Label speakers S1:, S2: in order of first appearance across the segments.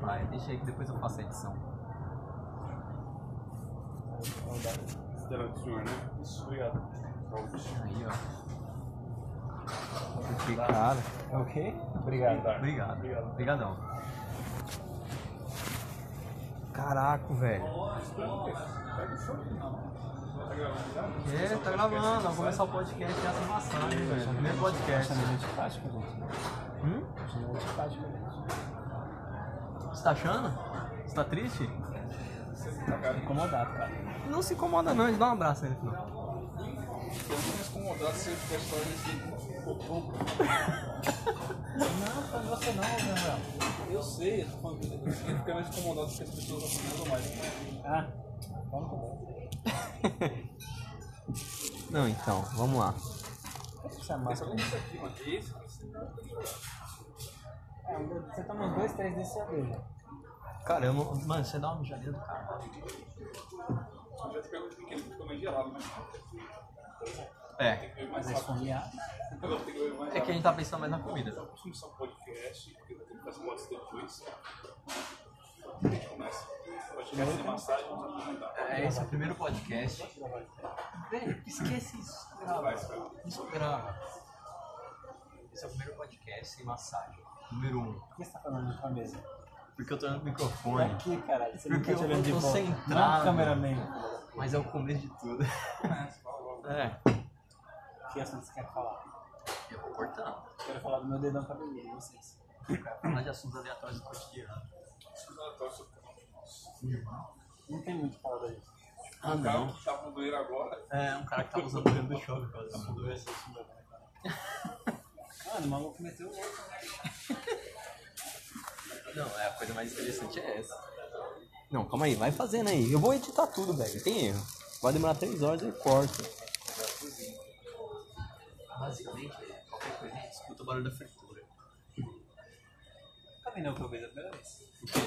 S1: Vai, deixa aí que depois eu faço a edição.
S2: Esse era do senhor, né? Isso, obrigado.
S1: Aí, ó.
S3: Cara, é o quê? Obrigado.
S1: Obrigado.
S2: Obrigado.
S1: Obrigadão.
S3: Caraca, velho.
S1: É, tá gravando, vamos começar o podcast já sem massagem, velho. Primeiro podcast.
S3: Chamamento tático, gente.
S1: Hum?
S3: Chamamento tático, gente.
S1: Você tá achando? Você tá triste?
S3: Incomodado, cara.
S1: Não se incomoda não, a gente dá um abraço aí no final.
S2: Incomodado se eu tivesse falado
S3: Não, foi você não, meu
S2: Eu sei, eu tô falando que eu fiquei mais incomodado se as pessoas não falando mais. né?
S3: Ah, vamos comer.
S1: Não, então, vamos lá.
S3: Essa é máscara.
S2: Isso aqui, mano. Esse?
S3: Ah, Você toma uns dois, três desse saber já.
S1: Cara, eu não... Mano, você dá uma mijadeira do cara.
S2: Eu já te pergunto por que ele ficou mais gelado, mas
S1: É.
S2: eu mais
S3: Mas
S2: rápido.
S3: esfomear.
S2: Agora tem que beber mais
S1: É que a
S2: rápido.
S1: gente tá pensando mais na comida.
S2: Só costumo só um podcast, porque eu tenho que fazer motos depois. A gente começa. Pode chegar sem massagem, não vai comentar.
S1: É, esse é o primeiro podcast. Velho, esquece isso. Grava. Isso grava. Esse é o primeiro podcast sem massagem. Número um.
S3: Por que você tá falando na tua mesa?
S1: Porque eu tô olhando o microfone.
S3: Aqui, caralho. Você não
S1: Porque
S3: tá te
S1: eu
S3: olhando de
S1: tô
S3: volta.
S1: centrado.
S3: Não, cameraman.
S1: Mas é o começo de tudo. É.
S3: O que assunto você quer falar?
S1: Eu vou cortando.
S3: Quero falar do meu dedão cabeludo, vocês.
S1: Falar de assuntos aleatórios do cotidiano.
S3: Não tem muito o que falar daí.
S1: Ah,
S2: O cara que tá com doer agora,
S1: É, um cara que tava usando o olho do shopping pra fazer doença.
S3: Mano, o maluco meteu o louco.
S1: Não, é a coisa mais interessante é essa. Não, calma aí, vai fazendo aí. Eu vou editar tudo, velho. Tem erro. Vai demorar três horas e eu corto. Basicamente, velho, qualquer coisa a gente escuta o barulho da fritura.
S3: Também não que eu vejo a primeira vez.
S1: O quê?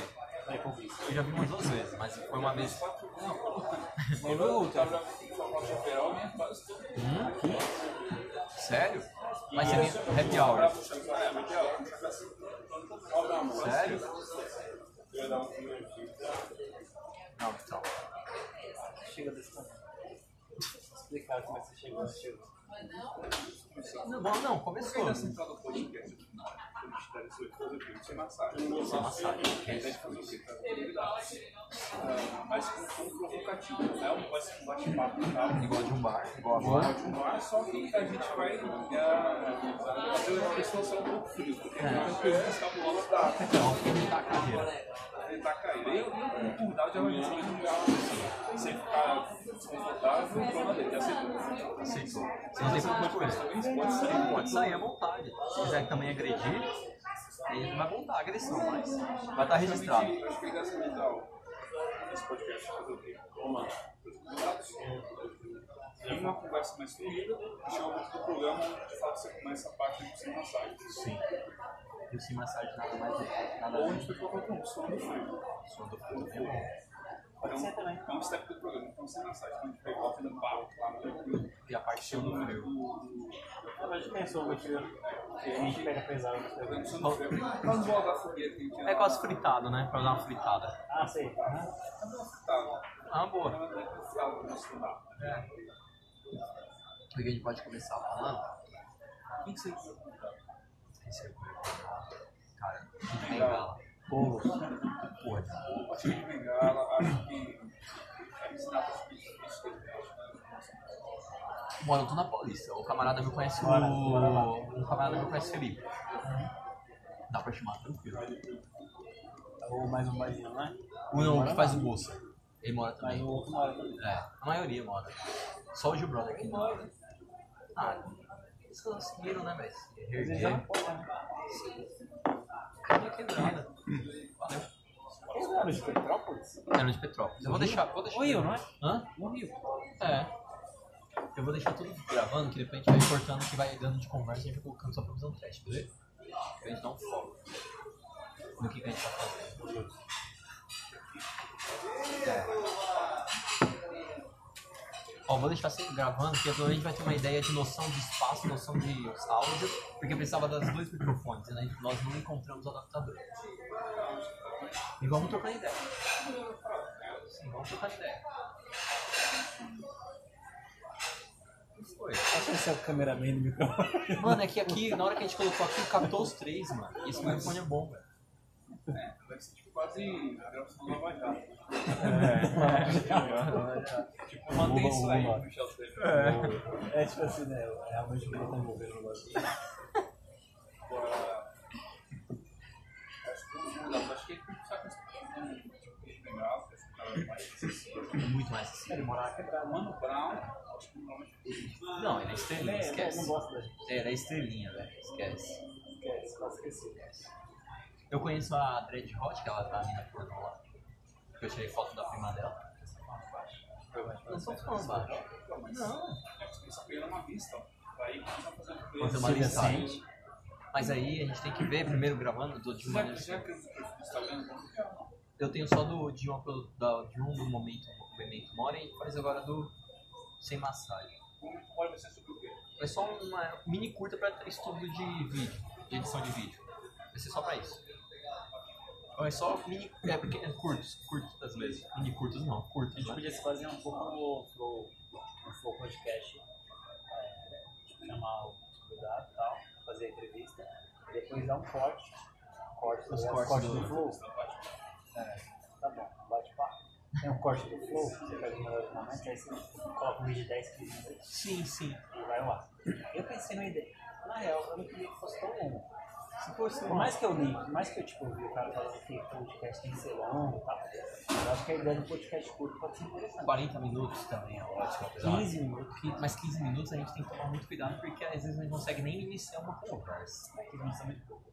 S3: Aí que eu vi.
S1: Eu já vi umas duas vezes, mas foi uma vez.
S3: Aí foi outra.
S2: né?
S1: Sério? Mas você tem happy hour. Sério? Não, então.
S3: Chega desse tamanho. Explicar como é que você chegou onde chegou.
S1: Não, bom, não, começou.
S2: tá no podcast. A gente tá nesse coisa aqui, sem massagem.
S1: Sem massagem.
S2: A gente fazer o quê? Tá com novidades. Ah, Mas com fundo provocativo, né? Um vai ser um bate-papo e tal.
S1: Igual de um bar, igual agora.
S2: Só que a gente vai ah, fazer uma pessoa só um pouco frio, porque é. a pessoa está pulando da ele tá caindo. Eu eu, por dar de amanhã, se ele ficar é assim, sem ficar desconfortável, o problema dele é aceitar.
S1: Aceitou. Você não tem problema com isso.
S2: Isso pode ser.
S1: Pode sair à vontade. Se quiser também agredir, aí ele vai voltar a agressão, mas vai estar registrado.
S2: Eu acho que ele gasta mental nesse podcast fazer o quê? Uma. E uma conversa mais fluida, chega o momento do programa onde de fato você começa a parte de você massagem.
S1: Sim. E o sem massagem nada mais é. Nada
S2: Ou a
S1: mais
S2: gente vai colocar um som do frio.
S1: Som do fundo é bom.
S2: Pode ser também. É um step do programa. Então, sem massagem, quando a gente pegou a fila do barro lá no
S1: E é a parte do do frio.
S3: Na verdade, pensou o motivo que a gente pega pesado né? no programa.
S2: Quando não frio, quando volta a fogueira que a gente tinha
S1: É quase fritado, né? Pra dar uma fritada.
S3: Ah, sei. Ah,
S2: Tá,
S1: Ah, boa.
S2: mas é que o diálogo não se dá.
S1: O é que a gente pode começar falando? O que que você recebeu? Cara, de bengala. Bolo. Porra.
S2: Acho que bengala, acho que. A ensinada acho que isso que ele
S1: Mano, eu tô na Paulista. O camarada me conhece. O...
S3: Bora, bora lá.
S1: o camarada me conhece Felipe. Dá pra chamar tranquilo.
S3: ou mais um boizinho, né?
S1: O não, é o que faz o moço. Ele mora
S3: Mas
S1: também.
S3: Tá o outro mora também.
S1: É, a maioria mora. Só o Gil Brother aqui não. Ah, eles conseguiram, né, velho? se
S3: Mas ele já
S1: Reerguer.
S3: não pode, né?
S1: Tava quebrada. Valeu.
S3: Eles moram de Petrópolis?
S1: Era É de Petrópolis. Eu vou deixar, vou deixar.
S3: No Rio, não é?
S1: Hã?
S3: No Rio.
S1: É. Eu vou deixar tudo gravando, que depois a gente vai cortando, que vai dando de conversa e a gente vai colocando só pra fazer um teste, beleza? Pra gente dar um foco no que que a gente tá fazendo. Ó, vou deixar sempre gravando, porque pelo menos a gente vai ter uma ideia de noção de espaço, noção de áudio, porque precisava das dois microfones, né? Nós não encontramos o adaptador. E vamos trocar ideia. Sim, vamos trocar ideia. O que foi?
S3: Acho que esse é o cameraman do microfone.
S1: Mano, é que aqui, na hora que a gente colocou aqui, captou os três, mano. E esse microfone é bom, velho.
S2: É, vai ser tipo quase a gravação do Lava Jato. Tipo, mandei isso aí pro Michel
S3: É tipo assim, né? É a mãe de tá envolvendo no lance.
S2: Agora, acho que o Mudado, acho que ele sabe que tipo, ele pegava, acho que o cara mais acessível.
S1: Muito mais assim.
S3: Ele mora na quebrada.
S2: Mano Brown, acho que o nome é difícil.
S1: Não, ele é estrelinha,
S3: É, não
S1: esquece.
S3: gosta da gente.
S1: Ele é estrelinha, velho. Esquece.
S3: Esquece, não esqueci.
S1: Eu conheço a Dread Hot, que ela tá ali na pornô lá. Que eu tirei foto da prima dela. Não sou fã, baixo. Não.
S2: Essa pena é uma vista, ó. Daí começa a fazer
S1: Fazer uma
S2: coisa.
S1: listagem. Mas aí a gente tem que ver primeiro gravando do de uma
S2: Já já que eu perfil do Instagram, como que é? não?
S1: Eu tenho só do de uma pro- da- de um do momento do Memento Mori e faz agora do sem massagem.
S2: Como pode ser sobre o quê?
S1: É só uma mini curta pra estudo de vídeo, de edição de vídeo. Vai ser só pra isso. Ou É só mini. É porque é curtos, curtos às vezes. Mini curtos não,
S3: A
S1: curtos.
S3: gente
S1: Né?
S3: podia se fazer um pouco no Flow, no flow Podcast, é, tipo, chamar o convidado e tal, fazer a entrevista, depois dar um corte, corte
S1: Os
S3: né,
S1: cortes
S3: corte
S1: do-
S3: do Flow. É, tá bom, bate-papo. É um corte do Flow, você pega o melhor momento, aí você coloca um vídeo de 10, 15 minutos
S1: Sim, sim.
S3: e vai lá. Eu pensei numa ideia. Na real, eu não queria que fosse tão longo.
S1: Se fosse
S3: Por mais que eu li, por mais que eu tipo, ouvi o cara falando que o podcast tem que ser longo e tal, eu acho que a ideia do podcast curto pode ser interessante.
S1: 40 minutos também é ótimo. apesar-
S3: 15 minutos,
S1: que- Mas 15 minutos a gente tem que tomar muito cuidado porque às vezes a gente não consegue nem iniciar uma conversa.
S3: que consome pouco.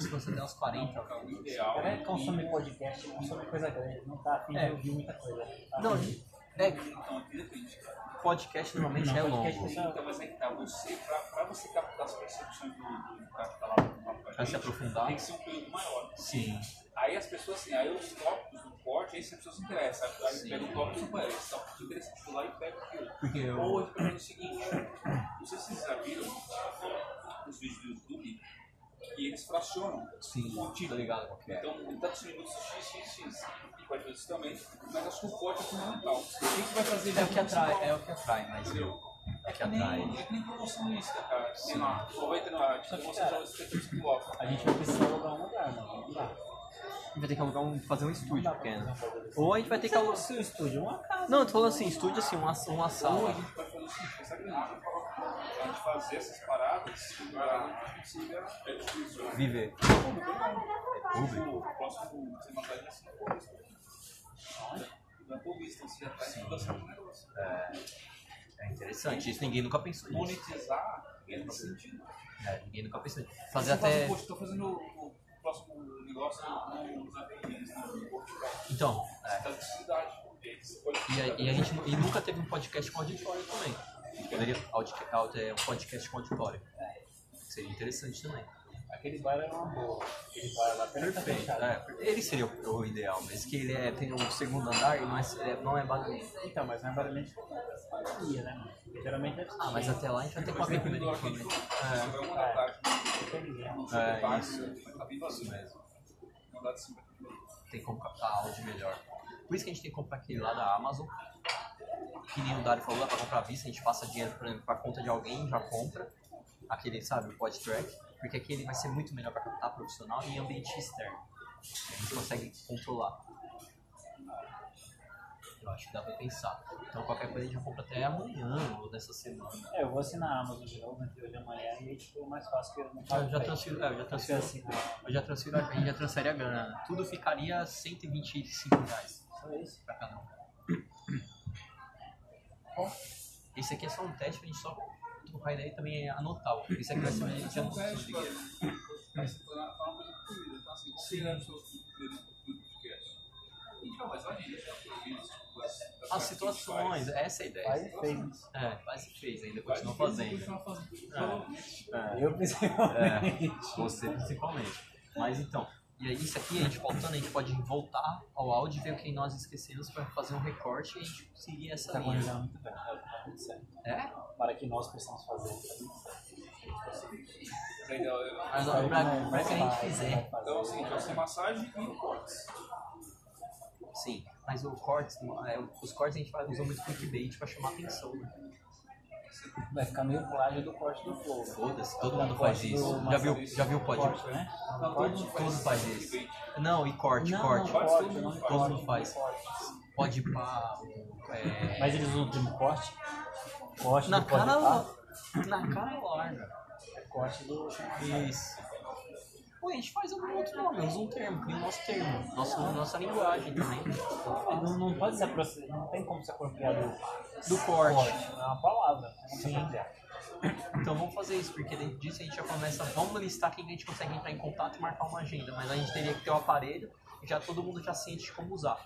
S1: Se você der uns 40,
S2: Então, o ideal
S3: Cara
S2: é
S3: que consome podcast, é consome coisa grande, não tá afim
S1: É.
S3: de ouvir muita coisa. Tá
S1: Não,
S3: afim de-
S1: é,
S2: Então, aqui depende, cara.
S1: podcast normalmente é
S3: podcast
S1: longo.
S3: é só-
S2: Então, mas é que tá, você, pra, pra você captar as percepções do, do cara que tá lá no mapa com a
S1: Pra se
S2: gente,
S1: aprofundar.
S2: tem que ser um período maior.
S1: Sim.
S2: Aí as pessoas, assim, aí os tópicos do corte, aí se a pessoa se interessa, aí pega o tópico e se parece, esse tópico se interessa, tipo, lá e pega aquilo.
S1: Porque eu-
S2: Ou a gente pega o seguinte, não sei se vocês já viram ah, os vídeos do YouTube, que eles fracionam
S1: Sim,
S2: o
S1: tô
S2: título.
S1: ligado qual que é.
S2: Então, ele tá com os minutos X, X, X, e pode fazer isso também, mas acho que o corte é fundamental. O que que vai fazer
S1: É o que
S2: de
S1: atrai,
S2: principal?
S1: é o que atrai, mas eu. É o que
S2: É nem,
S1: atrai.
S2: é que nem promoção no Insta, cara. Sei lá, só vai ter na. Tipo, você já os objetivos que colocam.
S3: A gente vai precisar alugar um lugar, mano. Não dá.
S1: Vai ter que alugar um, fazer um
S3: Não dá
S1: estúdio
S3: pra fazer
S1: pequeno.
S3: uma coisa desse.
S1: Ou a gente vai ter que
S3: Não
S1: alugar.
S3: precisa ser um estúdio, uma casa.
S1: Não, eu tô falando assim, estúdio assim, uma, uma
S2: Ou a
S1: sala.
S2: gente pode fazer o seguinte, essa grande, a gente fazer essas paradas para a gente consiga é, difícil, né?
S1: Viver. É
S2: Pô, não tem nada. Tipo, o próximo semana vai ser na Paulista. Na Paulista, você já está estudando o negócio.
S1: É interessante, isso ninguém nunca pensou nisso.
S2: Monetizar é nesse sentido.
S1: É, ninguém nunca pensou nisso.
S2: Você
S1: Fazer
S2: faz
S1: até.
S2: um post, Estou fazendo o o próximo negócio né, um no- nos ateliês, no Portugal.
S1: Então, é.
S2: Está Tá de cidade. E aí você pode-
S1: E, a- e a gente nu- e nunca teve um podcast com auditório também. A gente poderia audi- audi- é, um podcast com auditório. Seria interessante também.
S3: Aquele bar é uma boa. Aquele bar lá pera que tá fechado.
S1: É, ele seria o, o ideal, mas que ele é- tem um segundo andar e não é, é- não é barulhento.
S3: Então, mas não é barulhento é pandemia, né? mano? Porque Geralmente deve ser.
S1: Ah, mas até lá a gente vai ter que
S2: Mas
S1: fazer
S2: tem que
S1: primeiro
S2: dar aqui,
S1: equipamento.
S2: tipo, você vai uma da tarde.
S3: Pandemia.
S1: É,
S2: É,
S1: isso.
S2: isso. Tá bem vazio mesmo. Mandar de cima.
S1: Tem como captar áudio melhor. Por isso que a gente tem que comprar aquele lá da Amazon. Que nem o Dário falou, dá pra comprar à vista, a gente passa dinheiro pra, pra conta de alguém, já compra. Aquele, sabe, o podtrack. Porque aquele vai ser muito melhor pra captar profissional e em ambiente externo. A gente consegue controlar. Eu acho que dá pra pensar. Então qualquer coisa a gente já compra até amanhã ou dessa semana.
S3: É, eu vou assinar a Amazon de novo entre hoje e amanhã e aí, tipo, é mais fácil que eu não
S1: Eu
S3: pago
S1: já
S3: frete.
S1: transfiro, é, eu já
S3: Você
S1: transfiro.
S3: assina.
S1: Eu já transfiro a gente já transfere a grana. Tudo ficaria 125 reais
S3: Só isso.
S1: pra cada um. Esse aqui é só um teste pra gente só trocar ideia e também anotar. o- Esse aqui vai ser a
S2: um tá? Assim,
S1: gente anotar de dinheiro.
S2: Mas você tá na tá uma coisa de comida, então assim, tirando seus conteúdos do podcast. Então, mas olha isso, tipo, as- as
S1: As
S2: coisas que a gente faz.
S1: situações, essa é a
S3: Faz e
S1: ideia.
S3: fez isso.
S1: É, quase fez ainda,
S2: Faz
S1: continua
S2: diferença,
S1: fazendo. Ah.
S2: continua fazendo. Provavelmente.
S3: Eu principalmente.
S1: É, você principalmente. Mas então, e aí isso aqui, a gente voltando, a gente pode voltar ao áudio e ver o que nós esquecemos pra fazer um recorte e a gente seguir essa
S3: Tá
S1: linha.
S3: congelando muito bem. Tá muito certo.
S1: É?
S3: Para que nós possamos fazer.
S2: aprender a-
S1: Mas ó,
S3: né,
S1: pra, pra que a gente fizer, é
S2: Então, assim, então, assim, massagem e cortes.
S1: sim. Mas o cortes, é, os cortes a gente faz- usa muito clickbait pra chamar atenção. né?
S3: Vai ficar meio plágio do corte do Flow. né?
S1: Foda-se, todo mundo faz isso. Já viu, já viu o
S3: Corte,
S1: podcast?
S3: né?
S2: Não,
S3: Corte?
S2: todo
S1: Todo faz isso. Não, e corte,
S3: Não,
S1: corte.
S2: Corte,
S3: não, corte,
S2: todo
S3: não
S2: mundo
S3: corte,
S1: Todo mundo faz.
S3: corte.
S1: Pode ir pra. um, é,
S3: Mas eles usam o termo corte? Corte
S1: Na
S3: do corte
S1: cara,
S3: do
S1: na cara larga.
S3: Corte do...
S1: Isso. Pô, a gente faz algum outro nome, usa um termo, cria o nosso termo, nosso, nossa linguagem também.
S3: Não, não pode se aproximar, não tem como se apropriar do
S1: Do corte.
S3: corte. É uma palavra. Sim.
S1: Então vamos fazer isso, porque dentro disso a gente já começa, vamos listar quem a gente consegue entrar em contato e marcar uma agenda. Mas a gente teria que ter o aparelho e já todo mundo já sente de como usar.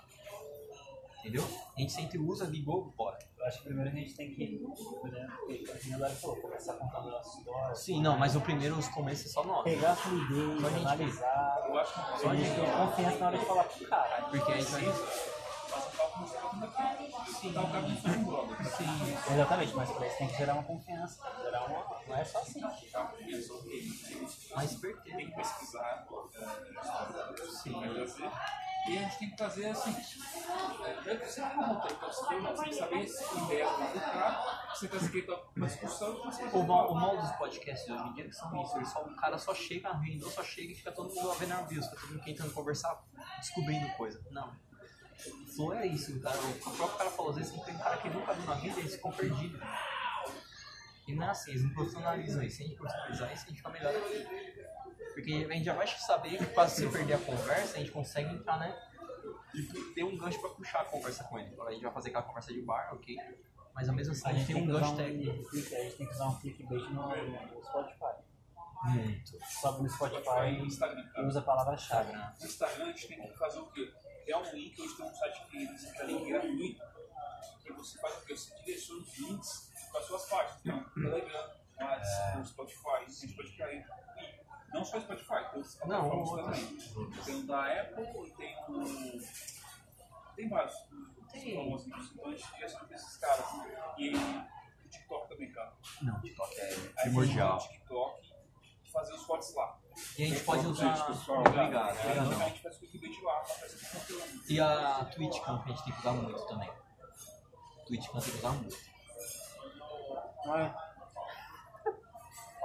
S1: Entendeu? A gente sempre usa, ligou, bora.
S3: Eu acho que primeiro a gente tem que, né, porque a minha Dora falou, começar a contar a nossa história.
S1: Sim, não, mas o primeiro os começos é só nós.
S3: Pegar a fluidez,
S1: Só a gente
S3: analisar.
S2: Eu acho que
S3: Só a gente ter confiança na hora de falar com o cara.
S1: Porque a gente vai.
S2: passa o papo no papo daqui. Sim. Tá o caminho de jogo. Sim.
S3: Exatamente, mas pra isso tem que gerar uma confiança. Gerar uma... Não é só assim.
S1: Mas pertence.
S2: Tem que pesquisar. eh, vai fazer. E a gente tem que fazer assim. eh, Eu não sei como tem que fazer, mas tem que saber se ideia do cara, se tá escrito uma discussão, mas você
S1: O mal, o mal dos podcasts hoje em dia é que são isso. Eles só, o cara só chega, arrendou, só chega e fica todo mundo lá vendo reviews, fica todo mundo tentando conversar, descobrindo coisa. Não. Flow é isso, cara. O próprio cara falou, às vezes que tem um cara que nunca viu na vida e eles ficam perdidos. E não é assim, eles não profissionalizam isso. Se a gente profissionalizar isso, a gente fica melhor. Porque a gente já vai saber que quase se perder a conversa, a gente consegue entrar, né? E ter um gancho pra puxar a conversa com ele. Agora a gente vai fazer aquela conversa de bar, ok? Mas ao mesmo assim, a gente tem um
S3: que usar
S1: gancho técnico.
S3: um click- A gente tem que usar um clickbait no, no Spotify.
S1: Muito.
S3: Sobe no
S2: vai no
S3: Spotify
S2: Instagram.
S3: e usa a palavra-chave. né?
S2: No Instagram a gente tem que fazer o quê? Criar um link, hoje tem um site que você tem link gratuito, que você faz o quê? Você direciona os links para suas páginas, então, no Telegram,
S1: É.
S2: WhatsApp, no Spotify, no Spotify. E não só Spotify, tem outras
S1: Não,
S2: plataformas
S1: outras.
S2: também. Tem o da Apple, tem o. Tem vários. Tem. Famosos, então a gente direciona para esses caras. E o TikTok também, cara.
S1: Não, TikTok é
S2: Aí a gente tem o TikTok e fazer os cortes lá.
S1: E a gente pode usar.
S2: Obrigado.
S1: Obrigado,
S2: A
S1: obrigadão.
S2: gente faz o clickbait lá, faz o conteúdo.
S1: E a Twitch Camp a gente tem que usar muito também. Twitch Camp tem que usar muito.
S3: Não é?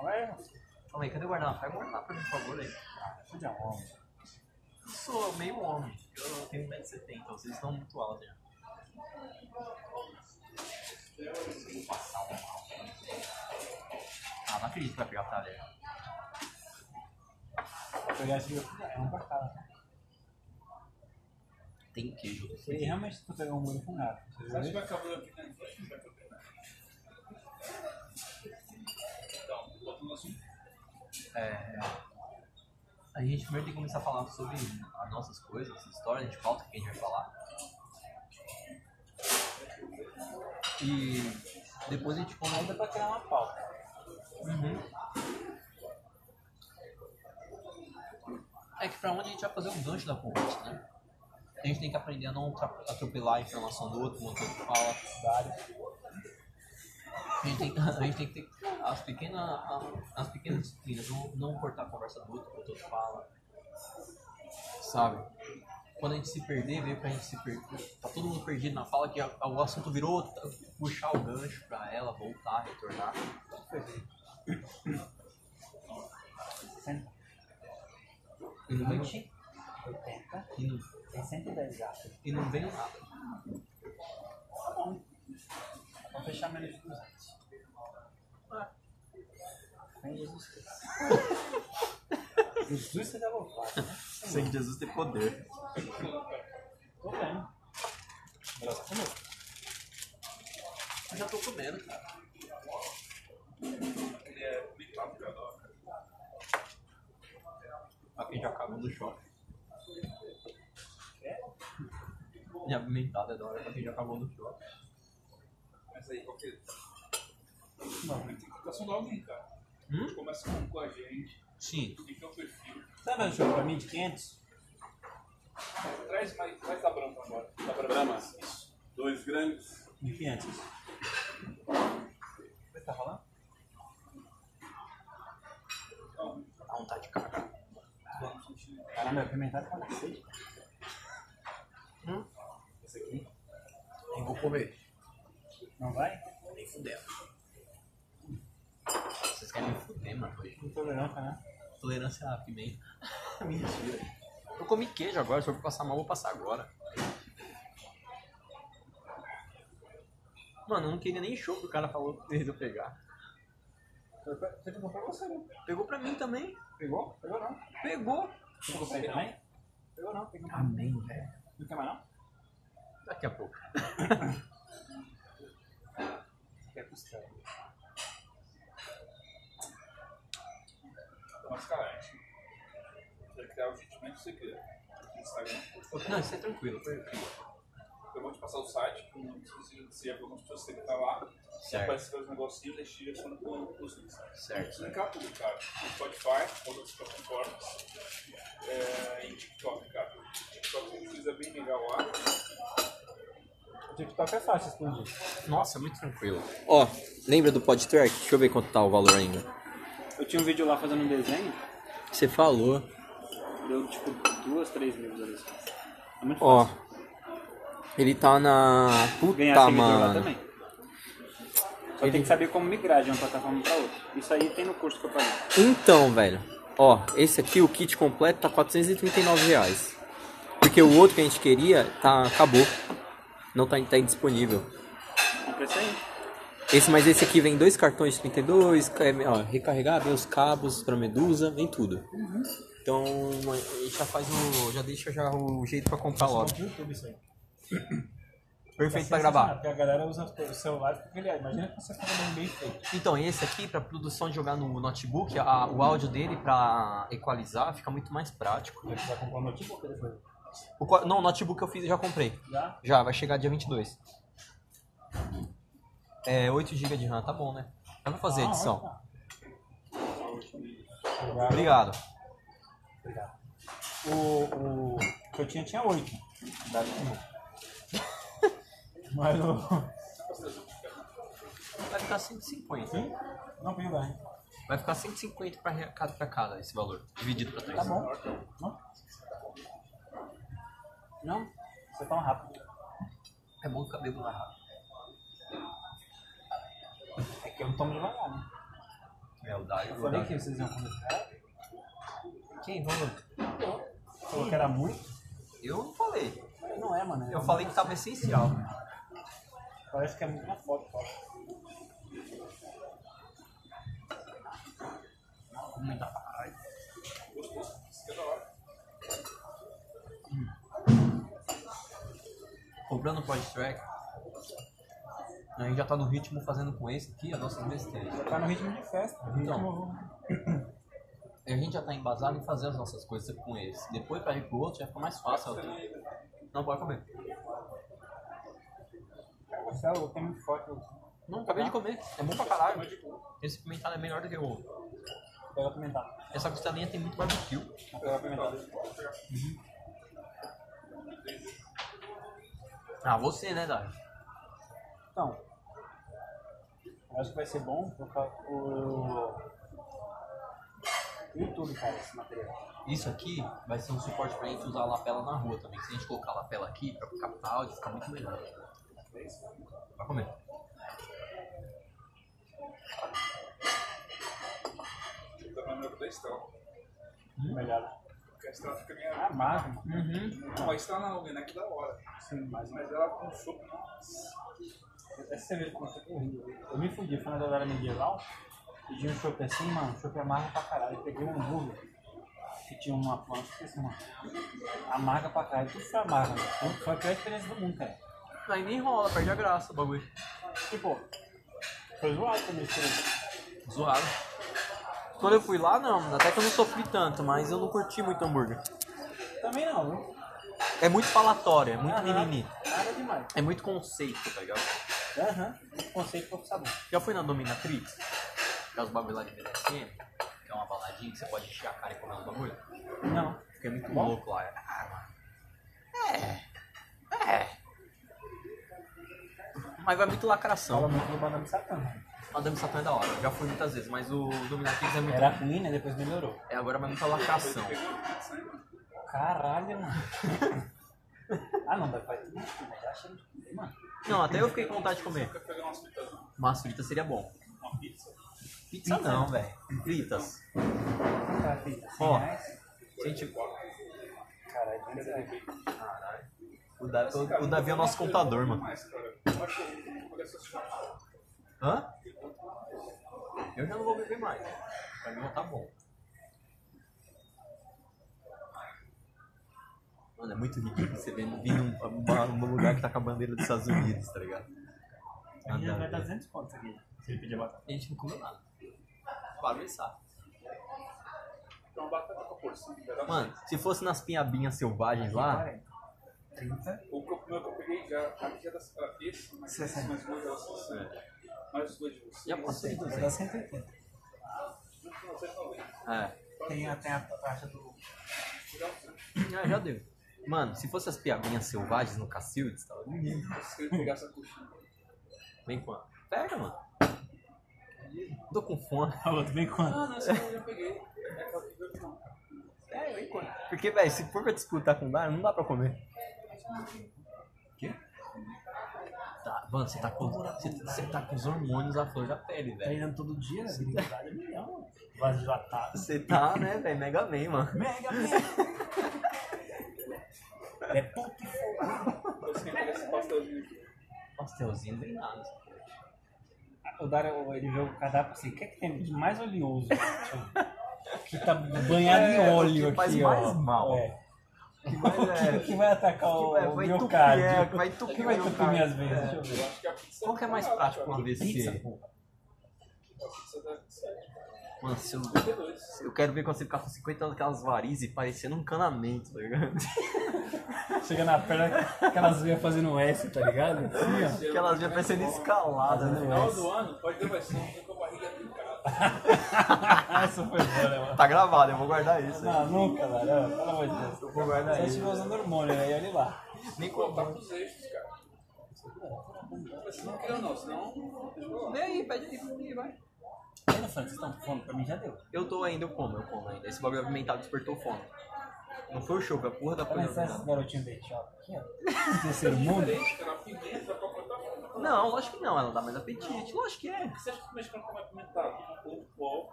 S3: Não é?
S1: Calma aí, cadê o guardanapo? Vai guardar pra mim, por favor, aí.
S3: Tudo é homem.
S1: Eu sou meio homem, eu tenho 1,70m, vocês estão muito altos já. Vou passar um mal. Ah, não acredito que vai pegar a talher.
S3: Vou pegar esse meu- é um pra cada.
S1: Tem queijo.
S3: Ele realmente tu pegar um molho com nada.
S2: Você acha que acabou aqui, né? Então, voltando ao assunto.
S1: É, a gente primeiro tem que começar a falar sobre as nossas coisas, nossa história, a gente pauta o que a gente vai falar. E depois a gente
S3: Ainda
S1: comenta.
S3: pra criar uma pauta.
S1: Uhum. É que pra onde a gente vai fazer um gancho da conversa, né? A gente tem que aprender a não tra- atropelar a informação do outro, o outro fala.
S3: Vários.
S1: A gente tem, a gente tem que ter as pequenas, a- as pequenas disciplinas, não, não cortar a conversa do outro, o outro fala. Sabe? Quando a gente se perder, veio pra gente se perder. Tá todo mundo perdido na fala, que a- o assunto virou outro, tá? puxar o gancho pra ela, voltar, retornar.
S3: Cento-
S1: E não vem,
S3: 20, 80,
S1: e não,
S3: tem 110 gatos.
S1: e não vem nada.
S3: Tá bom. Vou fechar menos de 200. Sem Jesus Cristo. Jesus seja louvado. né?
S1: Sangue de Jesus tem poder.
S3: Tô vendo. Melhor que comigo.
S1: Eu já tô comendo, cara.
S2: Ele é meio rápido agora.
S1: Aqui já cagou no shopping. Minha pimentada é da hora pra quem já acabou no shopping.
S2: Mas aí, qual que é?
S3: Não.
S2: Tem que tá sondando alguém, cara.
S1: Hum?
S2: A gente começa com, com a gente,
S1: Sim.
S2: tem que ter o perfil.
S3: Sabe o show pra mim de 500?
S2: Traz mais, traz da branca agora. Da branca. Isso. Dois grandes.
S3: De 500. Você tá falando?
S2: Não,
S1: um
S3: Caramba, é pimentado pra cacete.
S1: Hum?
S3: Esse aqui.
S1: Eu vou comer.
S3: Não vai?
S1: Nem fudendo. Vocês querem me fuder, mano, hoje.
S3: Intolerância, né?
S1: Tolerância à pimenta. Mentira. Eu comi queijo agora, se eu for passar mal, eu vou passar agora. Mano, eu não queria nem show que o cara falou que eu pegar.
S3: Foi pra- Você pegou pra você, né?
S1: Pegou pra mim também.
S3: Pegou? Pegou não.
S1: Pegou.
S3: Você pegou pra ele também? Pegou não, pegou pra
S1: Amém, velho.
S3: Não quer mais não?
S1: Daqui a pouco.
S3: Você quer costela.
S2: então, Mas, cara, tem que ter o jeitinho que você quer. No Instagram.
S1: Não, isso é tranquilo.
S2: Eu vou te passar o site, se você é algumas pessoas que tá lá. Se
S1: Certo.
S2: aparecer os negocinhos, a gente direciona pro pro links.
S1: Certo.
S2: Clicar tudo, cara. Spotify, todas as plataformas. É, e TikTok, cara. TikTok tem coisa bem legal lá.
S3: O TikTok é fácil explodir.
S1: Nossa, é muito tranquilo. Ó, lembra do podtrack? Deixa eu ver quanto tá o valor ainda.
S3: Eu tinha um vídeo lá fazendo um desenho,
S1: Você falou.
S3: deu tipo duas, três mil visualizações. É muito
S1: Ó.
S3: fácil.
S1: Ele tá na. Puta,
S3: Ganhar seguidor lá
S1: mano.
S3: também. Só tem que saber como migrar de uma plataforma pra outra. Isso aí tem no curso que eu paguei.
S1: Então, velho. Ó, esse aqui, o kit completo, tá R$ 439 reais. Porque o outro que a gente queria, tá. acabou. Não tá, tá indisponível.
S3: Compra isso aí.
S1: Esse, mas esse aqui vem dois cartões de 32, é, ó, recarregar, vem os cabos pra medusa, vem tudo. Então a gente já faz o. já deixa já o jeito pra comprar logo.
S3: YouTube isso aí. Assim,
S1: Perfeito pra gravar.
S3: Porque a galera usa o celular porque ele é, Imagina que você fala bem feito.
S1: Então, esse aqui, pra produção de jogar no notebook, a- o áudio dele pra equalizar fica muito mais prático.
S3: Você vai comprar um notebook depois?
S1: O, qua- não, o notebook eu fiz eu já comprei.
S3: Já?
S1: Já, vai chegar dia 22. É, 8 GB de RAM, tá bom, né? Dá pra
S3: Ah,
S1: fazer a edição.
S3: Obrigado.
S1: Obrigado.
S3: Obrigado. O, o que eu tinha tinha oito. Dá cinco. Mas o.
S1: Vai ficar 150.
S3: Sim? Não viu, né?
S1: Vai ficar 150 pra re- cada, pra cada esse valor, dividido pra três.
S3: Tá bom. Não?
S1: Não,
S3: Você tá um rápido.
S1: é bom o cabelo mais rápido.
S3: É que eu não tomo devagar, né?
S1: É, o Dario.
S3: Eu falei que vocês iam comer.
S1: Quem? Vamos.
S3: Falou que era muito.
S1: Eu não falei.
S3: Mas Não é, mano.
S1: Eu falei que tava essencial.
S3: Parece que é muito na foto, foto.
S2: é
S1: Comprando o podtrack, a gente já tá no ritmo fazendo com esse aqui as nossas besteiras.
S3: Tá no ritmo de festa.
S1: Então. A gente já tá embasado em fazer as nossas coisas com esse. Depois pra ir pro outro já fica mais fácil. Não, pode comer.
S3: Marcelo, eu tenho foto.
S1: Não, acabei
S3: Tá.
S1: de comer. É bom pra caralho. Esse pimentado é melhor do que o outro.
S3: Pega o pimentado.
S1: Essa costelinha tem muito barbecue.
S3: Pega o pimentado.
S1: Ah, você, né, Dario?
S3: Então, eu acho que vai ser bom por causa do YouTube, cara, esse material.
S1: Isso aqui vai ser um suporte pra gente usar a lapela na rua também. Se a gente colocar a lapela aqui pra captar áudio, fica muito melhor. Vai comer.
S2: Tá na minha da Estela.
S3: Hum? Melhor.
S2: Porque a Estela fica meio.
S3: Ah, magro.
S1: Uhum.
S2: Não, a Estela não, né? Que da hora.
S3: Sim, mas
S2: Mas ela com sopa.
S3: essa cerveja é que você correndo. Eu me fudi, fui na galera medieval, pedi um chopp assim, mano, chopp amarga pra caralho. Eu peguei um hambúrguer que tinha uma planta, esqueci, mano. Amarga pra caralho, tudo foi amarga, mano. Então, Foi a pior experiência do mundo, cara.
S1: Aí nem rola, perde a graça o bagulho.
S3: Tipo, foi zoado pra tipo, minha experiência.
S1: Zoado. Quando eu fui lá, não. Até que eu não sofri tanto, mas eu não curti muito hambúrguer.
S3: Também não, viu?
S1: É muito falatório, é muito
S3: Aham.
S1: mimimi.
S3: Nada demais.
S1: É muito conceito, tá ligado?
S3: Aham. Conceito pouco sabor.
S1: Já foi na Dominatrix? Que é os bagulho lá de BDSM? Que é uma baladinha que você pode encher a cara e comer um bagulho?
S3: Não.
S1: Fiquei é muito
S3: Bom?
S1: louco lá. Ah, mano. É. É. Mas vai muito
S3: Fala
S1: lacração.
S3: muito do Madame Satã. né?
S1: Madame Satã é da hora. eu Já fui muitas vezes, mas o Dominatrix é muito.
S3: Era ruim, né? Depois melhorou.
S1: É, agora vai muita lacração.
S3: Caralho, mano. ah, não, vai fazer tudo isso, mas já achei muito bem, mano.
S1: Não, até eu fiquei com vontade de comer.
S2: Quer pegar umas fitas, não?
S1: Mas frita seria bom.
S2: uma pizza?
S1: Pizza, não, velho. Fritas.
S3: Cara, filho, assim,
S1: Ó.
S3: né?
S1: Gente,
S3: Caralho, mas é-
S1: o, Da- o- o Davi é o nosso contador, mano.
S2: Mas, cara, eu acho que olha essas fotos.
S1: Hã? Eu já não vou beber mais. Pra mim tá bom. Mano, é muito ridículo você ver vir um, num, uma- num lugar que tá com a bandeira dos Estados Unidos, tá ligado?
S3: a gente
S1: Nada
S3: já vai
S1: a
S3: dar
S1: ver.
S3: 200 pontos aqui. Se ele pedir batata.
S1: A gente não comeu nada. Parou e sabe.
S2: Tem uma batata com a porção. né?
S1: Mano, se fosse nas pinhabinhas selvagens lá,
S3: 30.
S2: O que eu, meu, que eu peguei já, aqui já dá pra esse, mas esse mais dois dá 60. Mais dois de vocês.
S1: já passou de
S3: Vai
S1: 200.
S3: dar 180.
S1: É.
S3: Tem, a- tem a taxa do.
S1: Ah, já deu. Mano, se fosse as piabinhas selvagens no Cacildes, tava lindo.
S2: Se ele pegar essa coxinha.
S1: Vem com a. Pega, mano. Tô com fome.
S3: A outra vem quanto?
S2: Ah, não, essa eu já peguei. É aquela que veio com
S1: É, vem com a. Porque, velho, se for pra disputar com o Dário, não dá pra comer. Quê? Tá, mano, você tá com, você, você tá com os hormônios à flor da pele, velho.
S3: Treinando todo dia, né? Habilidade é milhão, mano. Vaso dilatado.
S1: Você tá, né, velho, mega bem, mano.
S3: Mega, mega. É puto e fogo.
S2: Você tem que pegar esse pastelzinho aqui.
S1: Pastelzinho vem nada.
S3: O Dario, ele vê o cardápio assim, o que é que tem de mais oleoso? que tá banhado
S1: É,
S3: em
S1: o
S3: óleo
S1: que faz
S3: aqui,
S1: mais
S3: ó.
S1: mal.
S3: É.
S1: Que
S3: O que,
S1: é,
S3: que vai atacar o,
S1: vai-
S3: o
S1: vai
S3: meu
S1: entupir,
S3: cardio?
S1: é, vai
S3: o que
S1: entupir
S3: vai
S1: meu
S3: entupir
S1: cardio.
S3: minhas veias?
S1: É.
S3: Deixa eu ver.
S2: Acho que a pizza.
S1: Qual que é mais
S2: tá barata,
S1: prático com
S2: cara.
S1: AVC?
S3: porra.
S2: A pizza tá dá 27,
S1: Mano, se eu,
S2: 32.
S1: eu quero ver quando você ficar com 50 anos, aquelas varizes parecendo um canamento, tá ligado?
S3: Chega na perna, aquelas veias fazendo S, tá ligado? Assim,
S1: Aquelas já parecendo escaladas,
S3: Fazendo
S1: né?
S3: um
S2: No final
S3: S.
S2: do ano, pode ter mais um, com a barriga trincada.
S3: Ah, essa foi boa, né, mano?
S1: Tá gravado, eu vou guardar isso. né?
S3: Não, Ah, nunca, velho. ó, Pelo amor de Deus.
S1: Eu vou guardar
S3: Só
S1: isso.
S3: estiver usando hormônio, aí olha lá.
S1: Nem
S2: Voltar
S1: com...
S2: pros tá eixos, cara. Mas se não queira, não, senão.
S1: Vem aí, pede aí, vai.
S3: Eu não falei, vocês estão com fome? Pra mim já deu.
S1: Eu tô ainda, eu como, eu como ainda. Esse bagulho alimentado despertou fome. Não foi o show, foi a porra da
S3: Olha só
S1: coisa.
S3: esses
S1: alimentada.
S3: garotinhos de shopping aqui, ó. Terceiro mundo.
S2: Diferente, cara. A pimenta pra completar.
S1: Não, lógico que não, ela dá mais apetite. Lógico que é.
S2: Você acha que o mexicano come apimentado? Um pó,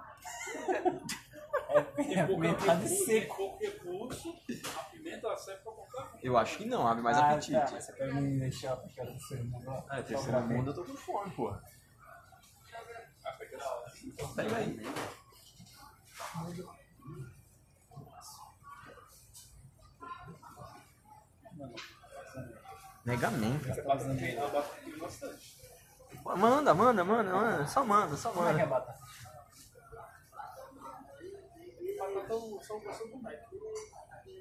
S3: É,
S2: tem pouco
S3: apimentado e
S2: recurso,
S3: seco.
S2: tem pouco recurso. A pimenta ela serve pra completar.
S1: Eu acho que não, abre mais
S3: Ah,
S1: apetite.
S3: tá, mas você pega um de shopping que é o terceiro mundo, ó.
S1: Ah,
S3: Só
S1: terceiro
S3: pra Tá
S1: mundo eu tô com fome, porra.
S2: Ah, pega essa.
S1: Pega aí. Mega Man, cara.
S2: Você passa também na batata aqui bastante.
S1: Manda, manda, manda, manda. Só manda, só
S3: Como é que é a
S1: manda.
S3: batata?
S2: E batata o- só o gosto do Mac.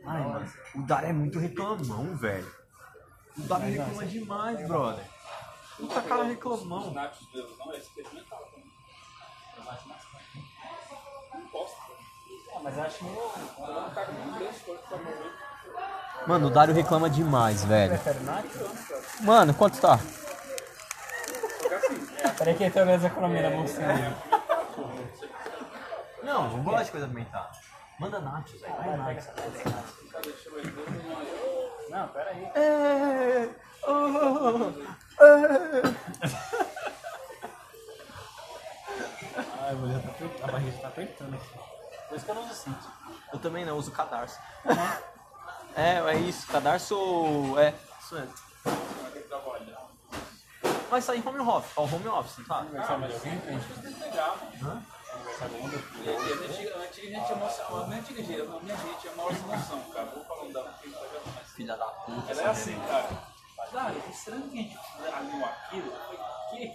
S1: Ai, mano, o Dario é muito reclamão, velho. O Dario
S3: Vai, vai,
S1: reclama
S3: vai. tá
S1: demais, brother. Puta cara tá reclamão.
S2: Natos dele, não, é experimental também. Eu acho mais caro. Não posso, cara.
S3: Ah, mas eu acho meio.
S2: Ela não tá com um grande corte pra morrer.
S1: Mano, o Dario reclama demais, velho.
S3: Prefere nada?
S1: Mano, quanto tá?
S2: Porque assim, é
S3: Peraí que tem o Lesa Economia na bolsinha.
S1: Não, não gosto de coisa alimentar. Manda Nachos, velho. Vai Nachos.
S2: a cara de chamar ele de uma-
S3: Não, peraí.
S1: É, oh,
S3: Ai, mulher, tá apertando. A barriga tá apertando aqui. Por isso que eu não uso cinto.
S1: Eu também não uso cadarço. Uhum. é, é isso, cadarço é. Isso mesmo. Vai sair home office, ó, home office, não tá?
S3: Conversava de alguém? Gente,
S2: E a antiga, a antiga gente emocionava, não é antiga gente, a minha gente é uma emoção, cara. Vou falando da porque tá vendo mais.
S1: Filha da puta.
S2: Ela é assim, cara. Cara, que estranho que a gente alinhou aquilo. Que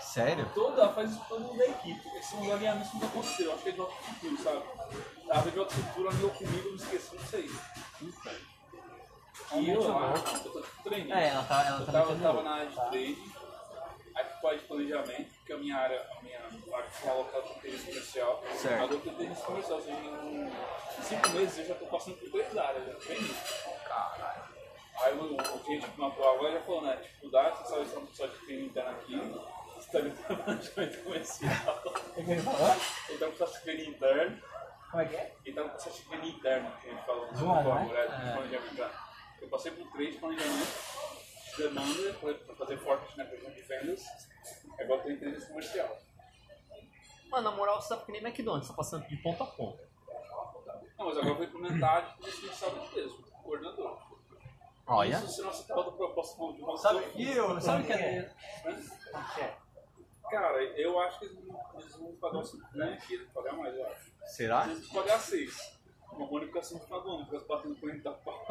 S1: Sério?
S2: toda, faz isso todo mundo da equipe. Esses alinhamentos nunca aconteceram, acho que é de outra cultura, sabe? Tava de outra cultura, alinhou comigo, eu me esqueci, não sei. E eu, lá, eu tô treinando.
S1: É, ela tá, ela
S2: Eu
S1: tá
S2: tava,
S1: metendo
S2: tava
S1: louco.
S2: na área de trade, aí fui para de planejamento, porque a minha área, a minha área foi alocada para interesse comercial.
S1: Certo.
S2: Agora eu tenho interesse comercial, ou seja, em um, em cinco meses eu já estou passando por três áreas, já bem isso. Aí o, o cliente que me atuou agora já falou, né, dificuldade, você sabe que só de treino interno aqui, você está dentro do planejamento comercial,
S3: o que ele falou?
S2: então precisa de treino interno.
S3: Como é que é?
S2: Ele tá no processo de venia interna, que a gente fala.
S3: Zoom,
S2: no
S3: né?
S2: é, de planejamento. é. Eu passei por três planejamentos, de demanda, para fazer forte na questão de vendas. Agora tem inteligência comercial.
S1: Mano, na moral, você tá que nem McDonald's, tá passando de ponta a ponta.
S2: Não, mas agora eu vou implementar de responsável de peso, coordenador.
S4: Olha.
S2: Isso se não se trata de proposta não, de uma
S4: Sabe
S2: solução.
S4: que eu, sabe é? que é?
S2: Cara, eu acho que eles vão- eles vão pagar uns 5 né? que Eles vão pagar mais, eu acho.
S4: Será?
S2: Eles vão pagar 6. Uma bonificação de cada um, porque eles batendo com ele da pau.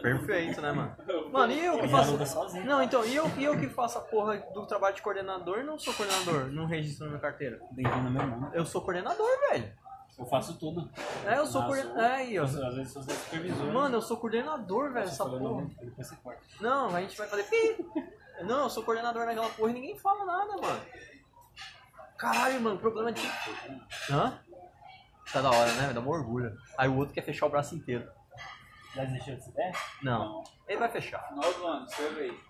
S4: Perfeito, né, mano?
S2: Eu-
S1: Mano, e eu que faço.
S3: aluga sozinho.
S1: Não, então, e eu, e eu que faço a porra do trabalho de coordenador, não sou coordenador, não registro na minha carteira.
S3: Bem-vindo ao meu mundo.
S1: Eu sou coordenador, velho.
S3: Eu faço tudo.
S1: É, eu sou
S3: Mas
S1: coorden-
S3: o-
S1: é, aí, ó.
S3: Às às vezes eu sou supervisor.
S1: Mano, eu sou coordenador, velho,
S3: eu
S1: essa
S3: sou
S1: porra.
S3: coordenador, Depois você corta.
S1: Não, a gente vai fazer pi. Não, eu sou coordenador naquela porra e ninguém fala nada, mano. Caralho, mano, problema de. Hã? Tá da hora, né? Dá uma orgulho. Aí o outro quer fechar o braço inteiro.
S3: Já desistiu dessa ideia?
S1: Não. Ele vai fechar.
S2: Final do ano, você vê aí.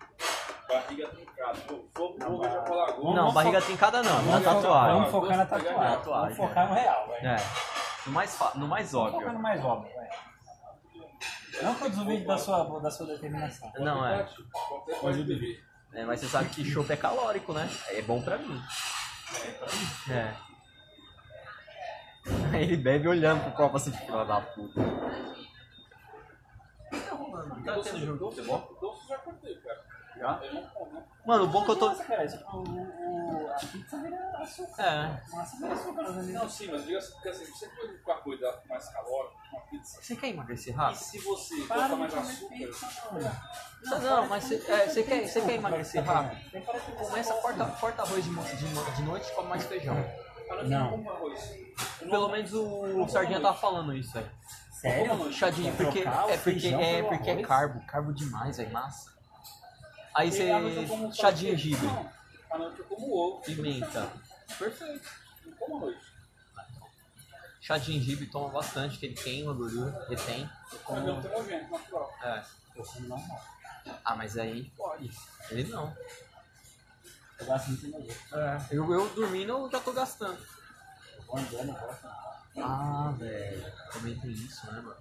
S2: Barriga trincada. Vou, vou, vou ver pra Lagoa.
S1: não, barriga trincada não, na tatuagem.
S3: Vamos focar na
S2: Vamos
S3: tatuagem.
S2: pegar
S1: na tatuagem,
S3: Vamos focar no real, velho.
S1: É. No mais, fa- no mais
S3: Vamos focar
S1: óbvio.
S3: no mais óbvio, velho. Não que eu duvide da sua, da sua determinação.
S1: Não, é.
S2: Qualquer
S3: Mas
S2: coisa
S3: eu
S2: de
S3: duvido.
S2: ver.
S1: É, Mas você sabe que chopp é calórico, né? É bom pra mim. É. Ele bebe olhando pro copo assim, filho da puta. Tá tendo jogo de futebol?
S2: Então você já cortei, cara.
S4: Já?
S2: Eu não como, né?
S1: Mano, o bom é que eu tô.
S3: Nossa, cara, isso, o, o, a pizza vira açúcar.
S1: É.
S3: Massa vira açúcar. Às vezes
S2: Não, sim, mas diga assim, porque assim, você pode ficar cuidado com mais calórico, com uma pizza.
S1: Você quer emagrecer
S2: E
S1: rápido?
S2: se você
S3: Para
S2: botar
S3: de
S2: mais
S3: comer
S2: açúcar,
S1: Não, não, mas você é, você quer, você quer emagrecer rápido?
S3: Tem cara que
S1: Começa, corta, corta arroz de, mo- de, mo- de noite e come mais feijão.
S2: cara,
S3: Não.
S2: não como arroz.
S1: Pelo menos o, Sardinha tava falando isso aí.
S3: Sério?
S1: Chadinho, porque é porque é, porque é
S3: caro.
S1: carbo, carbo demais, é massa. Aí você.
S2: à noite eu como
S1: Chá de
S2: só-
S1: gengibre,
S2: Não, à noite eu como ovo.
S1: pimenta. Perfeito.
S2: Não como arroz.
S1: Chá de gengibre toma bastante, que ele queima a gordura, retém.
S2: Mas não tem nojento, natural.
S1: É.
S3: Eu como normal.
S1: Ah, mas aí pode. Ele não.
S3: Eu gosto muito de nojento.
S1: É. Eu, eu dormindo eu já tô gastando.
S3: Eu vou andando, eu gosto.
S1: Ah, velho. Também tem isso, né, mano?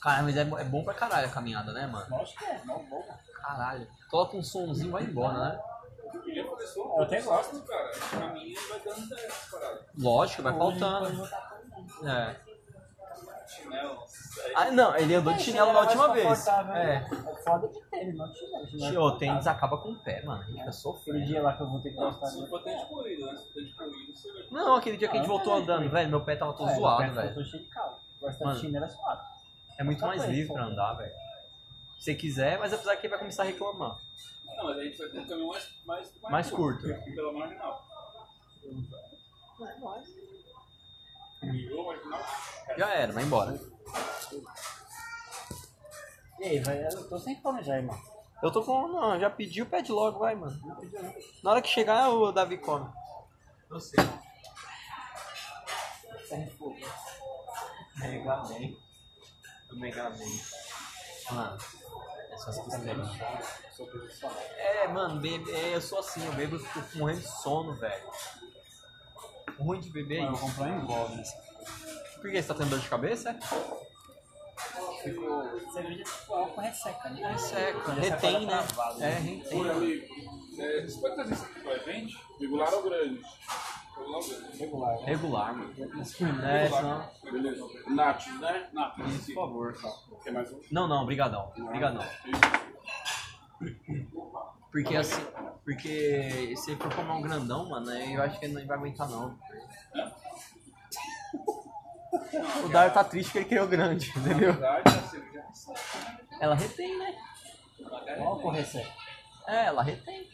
S1: Cara, mas é, é bom pra caralho a caminhada, né, mano?
S3: Lógico que é, não bom.
S1: Caralho. Coloca um somzinho e vai embora, né?
S2: Eu queria fazer isso.
S3: Eu até gosto.
S2: Cara, pra mim vai dando 10 paradas.
S1: Lógico, vai
S3: Hoje,
S1: faltando.
S3: hoje eu tava comendo.
S1: É.
S2: Chinelo, nossa, aí-
S1: Ah, não, ele andou de chinelo da
S3: É mais
S1: última vez.
S3: confortável,
S1: É.
S3: né? É foda de ter, não tinha.
S1: Tio, tênis acaba com o pé, mano. A gente fica
S3: Aquele
S1: sofrendo.
S3: dia lá que eu vou ter que É,
S2: Não,
S3: gastar.
S2: se for
S1: é.
S2: tênis colorido, né? Se for tênis colorido, você vai.
S1: Não, aquele dia que a gente
S3: Ah,
S1: voltou
S3: é,
S1: andando,
S3: foi.
S1: velho, meu pé tava todo zoado, velho.
S3: Eu tô cheio de caldo. Gosto
S1: Mano.
S3: de chinelo é suave.
S1: É muito mais
S3: Foi,
S1: livre
S3: foi.
S1: pra andar, velho. Se quiser, mas apesar que ele vai começar a reclamar.
S2: Não, mas aí a gente vai ter um caminho mais, mais,
S1: Mais curto.
S2: Pela marginal. Virou marginal?
S1: Já era, vai embora.
S3: E aí, vai, eu tô sem fome já, irmão.
S1: Eu tô falando, não, já pediu, pede logo, vai, mano. Na hora que chegar, o Davi come.
S4: Eu sei.
S3: Sem fome.
S4: Tá Mega Man. Do Mega Tá Man.
S1: Mano, essas coisas
S3: Também
S1: mesmo.
S3: não choro, sou pessoal.
S1: É, mano, bebe, é, eu sou assim, eu bebo, eu fico morrendo de sono, velho. O ruim de beber é
S3: Mano, eu
S1: isso.
S3: comprei um envolve nesse.
S1: Por que você tá tendo dor de cabeça?
S3: Cerveja com álcool resseca, né?
S1: É seca, retém, né? É, retém.
S2: Oi, amigo. É, você pode trazer isso aqui pra gente? Regular ou grande? Regular ou grande?
S3: Regular. né?
S1: Regular, mano. É, senão...
S2: Regular. Beleza. Nath, né? Nath,
S1: Por favor, só.
S2: Quer mais um?
S1: Não, não, brigadão. Brigadão. Porque assim, porque se ele for tomar um grandão, mano, aí eu acho que ele não vai aguentar não. O Dario tá triste porque ele criou grande, entendeu?
S2: Verdade, a cerveja
S1: Ela retém, né?
S3: Álcool resseca.
S1: É, ela retém.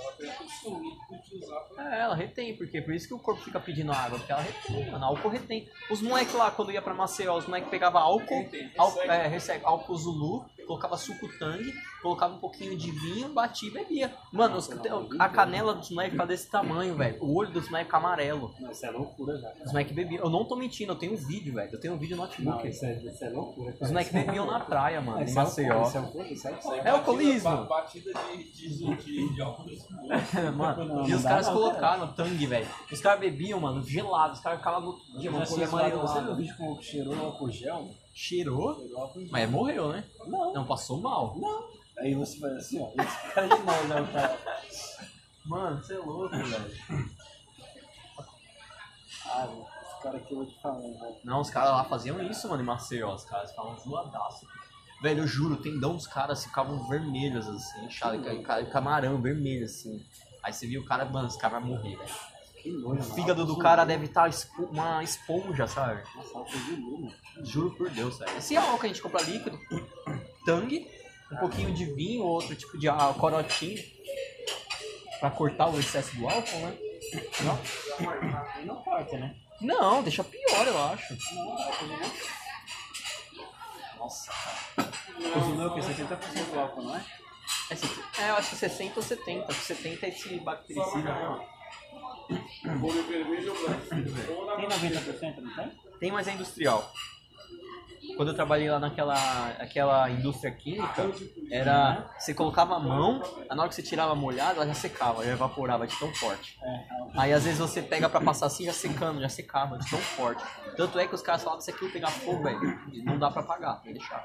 S2: Ela tem o costume de utilizar pra
S1: É, ela retém, porque por isso que o corpo fica pedindo água, porque ela retém, mano. Álcool retém. Os moleques lá, quando ia pra Maceió, os moleques pegavam álcool,
S2: Retém,
S1: álcool
S2: resseca.
S1: é, resseca, álcool Zulu, colocava suco tangue, colocava um pouquinho de vinho, batia e bebia. Mano, os- a canela dos moleques tá desse tamanho, velho. O olho dos moleques fica amarelo.
S3: Não, isso é loucura, velho.
S1: Os moleques bebiam. Eu não tô mentindo, eu tenho um vídeo, velho. Eu tenho um vídeo no
S3: Não,
S1: notebook.
S3: isso é, isso é loucura.
S1: Os
S3: cara.
S1: moleques bebiam na praia, mano, em
S3: Isso é
S1: Maceió.
S3: loucura, isso é loucura, isso é loucura.
S1: É alcoolismo.
S2: Batida de, de, de, de álcool nesse mundo.
S1: Mano,
S3: Não,
S1: e
S3: não
S1: os
S3: dá
S1: caras
S3: não,
S1: colocaram tangue, velho. Os caras bebiam, mano, gelado. Os caras ficavam no.
S3: Eu já
S1: assim,
S3: assisti lá, né? Você viu é o
S1: amarelado.
S3: vídeo como cheirou álcool gel?
S1: Cheirou?
S3: Cheirou álcool gel.
S1: Mas é- morreu, né?
S3: Não,
S1: Não, passou mal.
S3: não. Aí você faz assim, ó. Esse cara é demais, né, cara?
S1: Mano, você é louco, velho.
S3: Ah, velho, esse cara aqui eu vou te falar, velho.
S1: Não, os caras lá faziam isso, mano, em Maceió. Os caras ficavam zoadaço. Velho, eu juro, o tendão dos caras ficavam vermelhos, assim, inchado, ca- ca- camarão vermelho, assim. Aí você viu o cara, mano, esse cara vai morrer, velho.
S3: Que nojo,
S1: O
S3: mano.
S1: fígado do cara deve estar uma esponja, sabe?
S3: Nossa, álcool de luma.
S1: Juro por Deus, velho. Esse álcool que a gente compra líquido, tangue, um pouquinho de vinho, outro tipo de ah, corotinho, pra cortar o excesso do álcool, né?
S3: Aí não corta, né?
S1: Não, deixa pior, eu acho.
S3: Nossa, cara. Cozinhou o quê? 70% do álcool, não é?
S1: É, se- é, eu acho que 60 ou 70. 70 é esse bactericida. né?
S2: Bolo vermelho ou branco? Ou na
S3: Tem 90%, não tem?
S1: Tem, mas é industrial. Quando eu trabalhei lá naquela aquela indústria química, era. Você colocava a mão, aí na hora que você tirava molhada, ela já secava, já evaporava de tão forte.
S3: É, álcool.
S1: Aí às vezes você pega pra passar assim, já secando, já secava, de tão forte. Tanto é que os caras falavam isso aqui pegar fogo, velho. Não dá pra apagar, tem que deixar.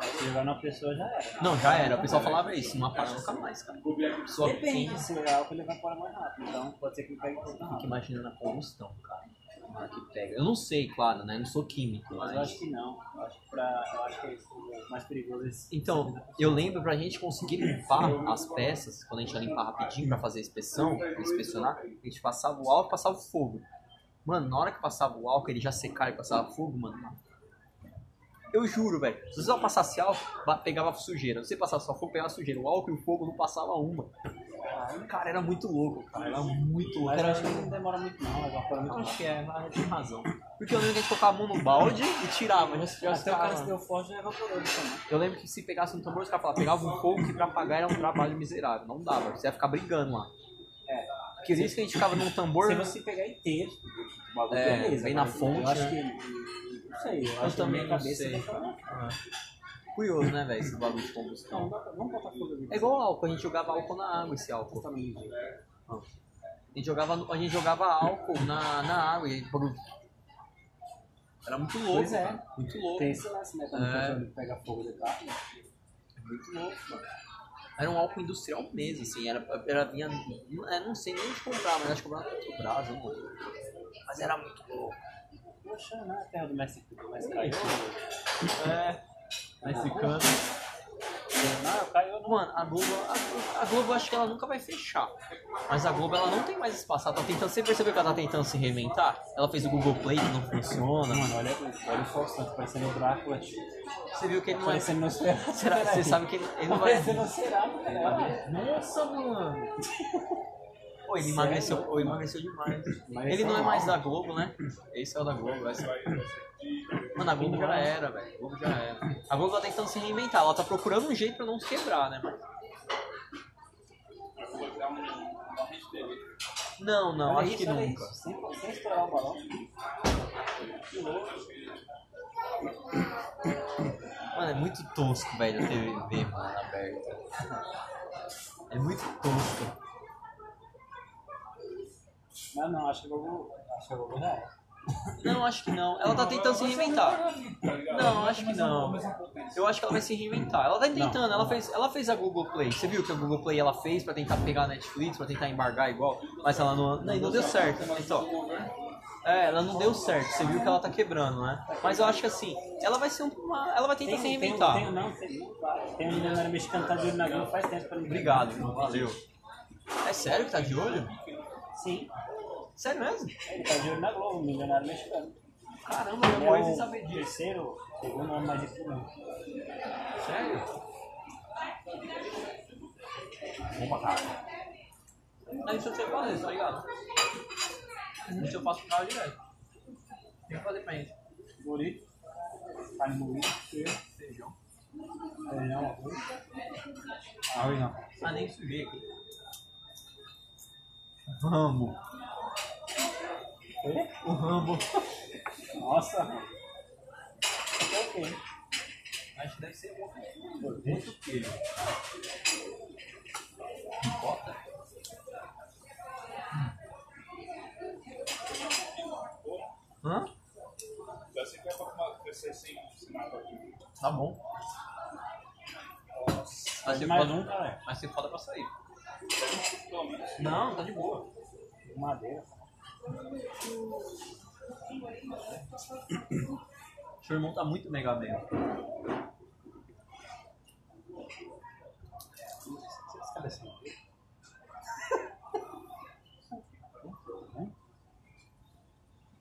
S3: Se jogar na pessoa já era.
S1: Não, já era. O pessoal falava isso, não apaga nunca mais, cara. Só quem
S3: Depende, se jogar álcool ele evapora mais rápido. Então pode ser que ele pegue tudo
S1: fica
S3: rápido.
S1: imaginando a combustão, cara. Na hora que pega. Eu não sei, claro, né? Eu não sou químico,
S3: Mas eu acho
S1: mas.
S3: que não. Eu acho que, pra, eu acho que é isso, o mais perigoso é esse.
S1: Então, eu lembro pra gente conseguir limpar as peças, quando a gente ia limpar rapidinho pra fazer a inspeção, pra inspecionar, a gente passava o álcool e passava o fogo. Mano, na hora que passava o álcool, ele já secava e passava fogo, mano. Eu juro, velho. Se você só passasse álcool, ba- pegava sujeira. Se você passasse só fogo, pegava sujeira. O álcool e o fogo não passava uma. Cara, era muito louco, cara. Era muito louco.
S3: Mas eu
S1: Era,
S3: acho que não demora muito não, evapora muito
S1: eu
S3: rápido.
S1: acho que é, mas tem razão. Porque eu lembro que a gente colocava a mão no balde e tirava. Já, já tá-
S3: Até o cara
S1: ficava-
S3: se deu forte já evaporou ele também.
S1: eu lembro que se pegasse um tambor, os caras falavam, pegava um fogo que pra pagar era um trabalho miserável. Não dava, você ia ficar brigando lá.
S3: É.
S1: Porque isso que a gente ficava num tambor.
S3: Se você pegar inteiro, o bagulho
S1: É,
S3: beleza.
S1: vem na
S3: mas
S1: fonte,
S3: Eu acho
S1: né?
S3: que. Não sei, eu,
S1: Eu
S3: acho
S1: também
S3: que
S1: não
S3: na minha cabeça
S1: sei.
S3: não tá bom.
S1: Curioso, né, velho? Esse bagulho de
S3: Não,
S1: combustão.
S3: dá pra- vamos botar fogo ali.
S1: É igual álcool, a gente jogava álcool na água, esse álcool.
S3: Também, gente.
S1: A gente jogava, no- a gente jogava álcool na, na água e. Era muito louco.
S3: Pois é.
S1: cara. Muito louco.
S3: Tem esse lance, né? Também
S1: É.
S3: quando ele pega fogo de carro.
S1: Muito louco, mano. Era um álcool industrial mesmo, assim. Era, era vinha. é, Não sei nem onde comprar, mas acho que comprava na Petrobras, não lembro. Mas era muito louco.
S3: Poxa, não é a terra do México, do México caiu.
S1: É.
S3: Mexicano. Não, caiu no.
S1: Mano, a Globo, a, Glo- a Globo eu acho que ela nunca vai fechar. Mas a Globo ela não tem mais espaço. Ela tá tentando. Você percebeu que ela tá tentando se reinventar? Ela fez o Google Play que não funciona.
S3: Mano, olha, olha o Faustão, tá parecendo o Drácula, tio.
S1: Você viu que ele não é.
S3: Parecendo o Nosferatu.
S1: Será, você
S3: peraí.
S1: sabe que ele, ele não vai.
S3: Parecendo o Nosferatu, cara.
S1: Nossa, mano! Pô, ele emagreceu, pô, ele emagreceu demais.
S3: Emagreceu
S1: ele não é
S3: mal.
S1: mais da Globo, né? Esse é o da Globo, vai ser. Mano, a Globo já era, velho. A Globo já era. A Globo tá tentando se reinventar. Ela tá procurando um jeito pra não se quebrar, né? Mas...
S2: Dá um- uma rede dele.
S1: Não, não,
S3: Olha
S1: acho
S3: isso,
S1: que
S3: olha
S1: nunca.
S3: isso. Sem, sem estourar o balão.
S1: Mano, é muito tosco, velho, a TV, mano, aberta. É muito tosco.
S3: Mas não, acho que eu vou. Acho que eu vou ganhar.
S1: Não, acho que não. Ela tá tentando se reinventar. Não, acho que não. Eu acho que ela vai se reinventar. Ela tá tentando, ela fez, ela fez a Google Play. Você viu que a Google Play ela fez pra tentar pegar a Netflix, pra tentar embargar igual, mas ela não, não, não deu certo. Então, é, ela não deu certo. Você viu que ela tá quebrando, né? Mas eu acho que assim, ela vai ser uma, ela vai tentar se reinventar.
S3: Tem, um. tem, não, tem, não, claro. tem um milionário mexicano que tá de olho na Globo faz tempo pra ele.
S1: Obrigado, irmão. Valeu. É sério que tá de olho?
S3: Sim,
S1: Sério mesmo?
S3: ele tá de olho na Globo, um milionário mexicano.
S1: Caramba, eu
S3: Ele
S1: morri
S3: é
S1: sem
S3: o
S1: saber disso.
S3: terceiro, segundo homem mais rico do mundo.
S1: Sério?
S3: Bomba cara.
S1: Aí isso eu sei fazer, tá ligado? Isso eu faço final direto. Tem que fazer pra gente.
S3: tá Bonito. Carne moída. feio. Feijão, arroz. Arroz não.
S5: Ah, nem sujei aqui.
S1: Vamos.
S3: Oi?
S1: O Rambo.
S3: Nossa. Ok.
S5: Acho que deve ser bom.
S3: Muito
S5: queijo. Pipota?
S1: Hã?
S2: Dá 50 pra uma crescer sem ensinar pra tudo.
S1: Tá bom.
S5: Vai ser
S3: Mais
S5: foda-
S3: um, cara.
S5: Vai ser foda pra sair.
S2: Pelo menos.
S5: Não, tá de boa.
S3: Madeira.
S1: Seu irmão tá muito mega bem.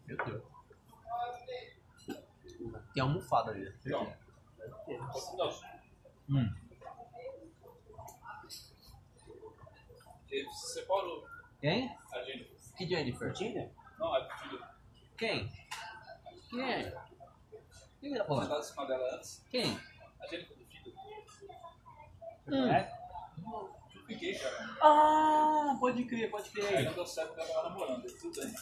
S5: Meu Deus. Tem almofada ali.
S2: Então. Não,
S1: Hum.
S2: ele separou
S5: Quem?
S2: a gente.
S5: Que Jennifer?
S3: Tinder?
S2: Não, é pedido.
S5: Quem? Quem? Quem que tá
S2: Você
S5: falando?
S2: tava em cima dela antes.
S5: Quem?
S2: A gente do filho.
S3: Você
S1: Hum. É?
S3: conhece?
S2: Eu fiquei, cara.
S5: Ah, pode crer, pode
S2: Aí
S5: crer.
S2: não deu certo porque ela tava namorando. Tudo bem.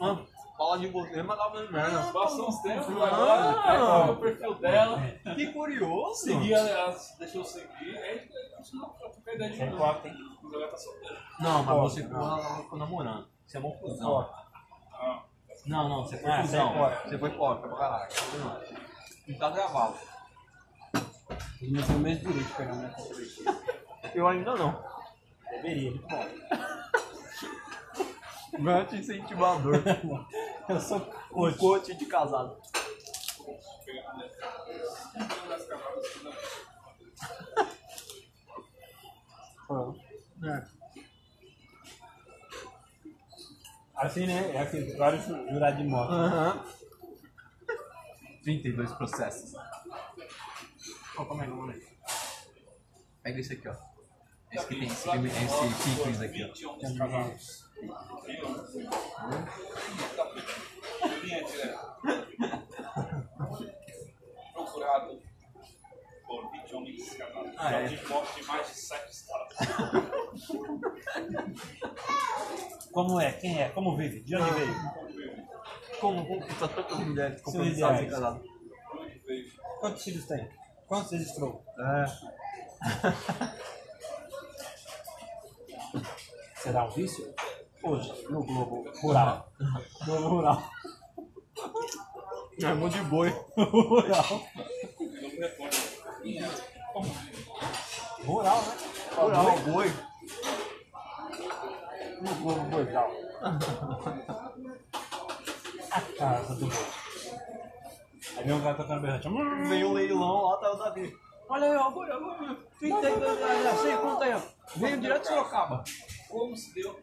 S1: Ah, fala de você, mas tá falando merda.
S2: Passou uns tempos
S1: Ah!
S2: agora. Aí o perfil dela.
S1: Que curioso.
S2: Segui ela, ela deixou eu seguir. É, Aí ele continuou pra trocar ideia de
S3: Você é
S2: novo.
S3: cota, hein?
S2: Mas agora tá solteiro.
S1: Não, mas
S3: Foda,
S1: você
S3: não.
S1: porra, ela ficou namorando. Você é mó cuzão.
S3: Cota.
S2: Ah,
S1: Não, não, você foi
S3: Ah, você é
S1: cuzão.
S3: hipócrita.
S1: Você foi hipócrita pra caralho. Não. Não tá gravado.
S3: Ele não tem o mesmo direito de pegar um minha cerveja.
S1: Eu ainda não.
S3: Deveria, ele pode.
S1: Gante incentivador.
S3: Eu sou
S1: Um
S3: coach.
S1: coach de casado.
S2: pegando as cavalas. tudo bem.
S3: Assim, né? É aqui, vários jurados de moto.
S1: Aham. 32 processos.
S3: Ó, Como é que eu vou ler?
S1: Pega esse aqui, ó. Esse que tem esse, esse picles aqui, ó.
S2: 21
S3: Tem
S2: desse
S3: um
S2: casal.
S3: menino.
S2: Viu? Tá pedindo. Linha direta. Procurado por 20 homens casados.
S1: Ah, é.
S2: De morte em mais de 7 estados.
S3: Como é? Quem é? Como vive? De
S1: Ah.
S3: onde veio?
S1: Como tá conquista tantas mulheres com
S3: Seus
S1: processos de
S3: ideais.
S1: casado?
S2: Onde veio?
S3: Quantos filhos tem? Quantos registrou?
S1: É.
S3: Será o vício? Hoje, no Globo Rural. Globo Rural.
S1: É mão de boi.
S3: Rural.
S2: Eu me recordo. Quem é? Como vive?
S3: Rural, né?
S1: Rural, boi.
S3: No Globo Rural. A casa do boi. Aí vem um cara tocando berrante. Hum,
S1: Vem um leilão, lá tá o Davi. Olha aí, ó, agora, agora. 32 reais, sei quanto aí, ó. Veio direto de Sorocaba.
S2: Como se deu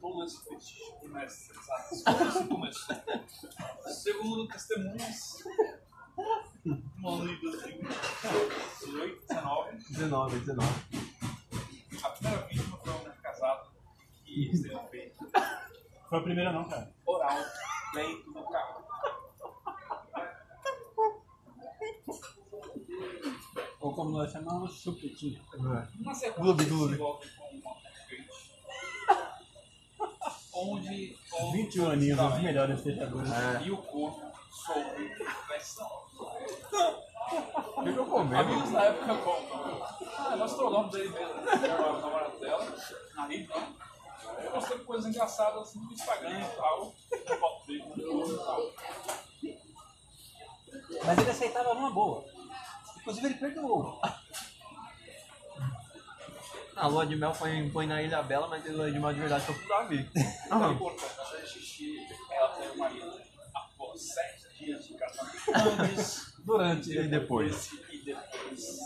S2: todo esse fetiche pro mestre? sabe? Como se começou? Segundo testemunhas, no ano de 2018, 19,
S1: 19, 19.
S2: a primeira vítima foi um casado que teve feito
S3: Foi a primeira não, cara.
S2: oral dentro do carro.
S3: Ou como nós chamamos, chupetinha.
S2: Uma
S1: Gloob,
S2: sequência que
S1: gloob.
S2: se envolve com uma frente. Onde, onde
S3: 21 aninhos,
S1: Tá
S3: os melhores fechadores.
S2: e o corpo sob pressão.
S1: Fica comendo.
S2: Amigos da época como? Ah, nós trolamos ele mesmo, né? o namorado dela, na rede, né? Eu postei coisas engraçadas assim, no Instagram e tal, foto dele, e tal.
S3: Mas ele aceitava numa boa. Inclusive ele perdoou.
S1: A lua de mel foi, foi na Ilha Bela, mas a lua de mel de verdade foi pro Davi.
S2: Foi Então, é importante, ela fez xixi, ela teve marido após sete dias de casamento. Antes,
S1: Durante e depois.
S2: e depois.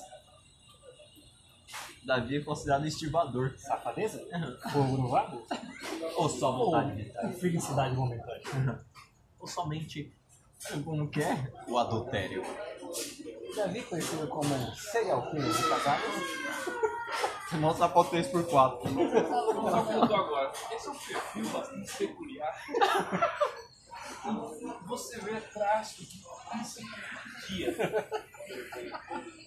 S1: Davi é considerado estivador.
S3: Safadeza? Fogo no rabo?
S1: Ou só
S3: Ou
S1: vontade de estar.
S3: felicidade momentânea?
S1: Ou somente, como que é? O adultério.
S3: Davi conhecido como serial killer de casado.
S1: Você mostra a foto 3x4.
S2: Vamos ao ponto agora. Esse é um perfil bastante peculiar. Você vê traços de dia.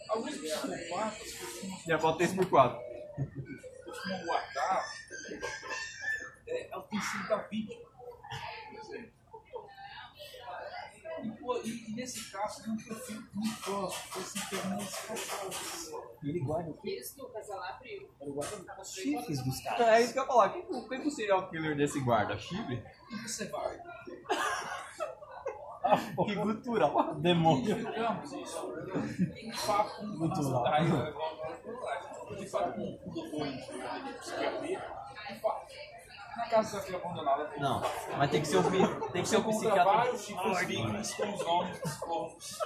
S2: Alguns psicopatas costumam,
S1: Minha foto tem 3x4.
S2: costumam guardar é, é o princípio da vítima. por exemplo. E, pô, e- e nesse caso tem um perfil muito próximo, foi se tornando psicopata.
S3: Ele guarda o quê?
S6: Isso que o casalar abriu.
S3: Ele guarda os chifres dos caras.
S1: É isso que eu ia falar. Quem, quem que o serial killer desse guarda? Chifre?
S2: E você vai.
S1: Que gutural.
S2: E
S3: Demônio.
S2: julgamos isso. De fato, um com
S3: Muito
S2: nossa
S3: lá.
S2: daí, né, vamos lá. de fato, com o doutor em psiquiatria, de fato, na casa da filha abandonada tem
S1: Não, mas tem que ser o, pi- tem um tipo, que ser o
S2: Encontra
S1: psiquiatra. Ah,
S2: vários tipos de
S1: assim.
S2: vítimas com os nomes dos corpos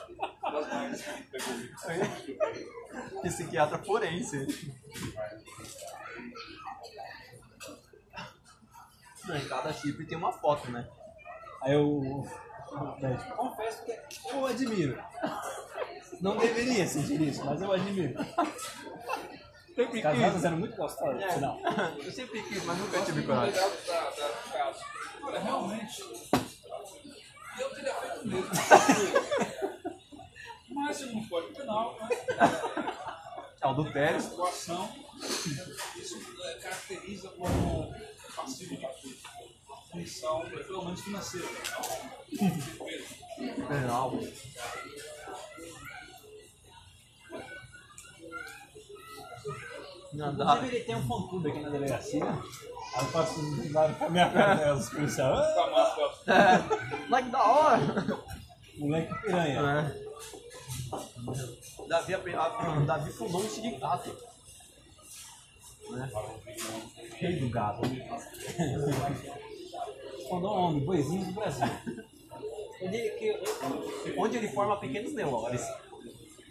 S2: das mães que pegou vítimas.
S1: Psiquiatra forense. Não, em cada chifre tem uma foto, né?
S3: Aí eu. eu Confesso
S1: é
S3: que eu admiro. Não deveria sentir isso, mas eu admiro.
S1: Sempre
S3: Casadas eram muito gostosas, por sinal.
S1: quis. Eu sempre quis, mas nunca tive
S2: O
S1: coragem.
S2: legal da, da, do caso, olha, realmente, eu teria feito o mesmo. Mas eu não foi penal, né?
S1: É o do Pérez.
S2: situação, isso eh, caracteriza como passivo de punição, pelo menos financeira. né? É um tipo
S1: Penal. Não dá.
S3: Inclusive, ele tem um fã-clube aqui na delegacia. Aí eu passo vários com a minha cara dela, os policiais.
S2: Tá
S3: Ah,
S1: É, like da hora!
S3: moleque piranha.
S1: É. Davi, apre- a- Davi fundou um sindicato. Né? Rei do gado.
S3: Mandou um homem, boizinho do Brasil.
S1: Onde, que- onde ele forma pequenos Nelores.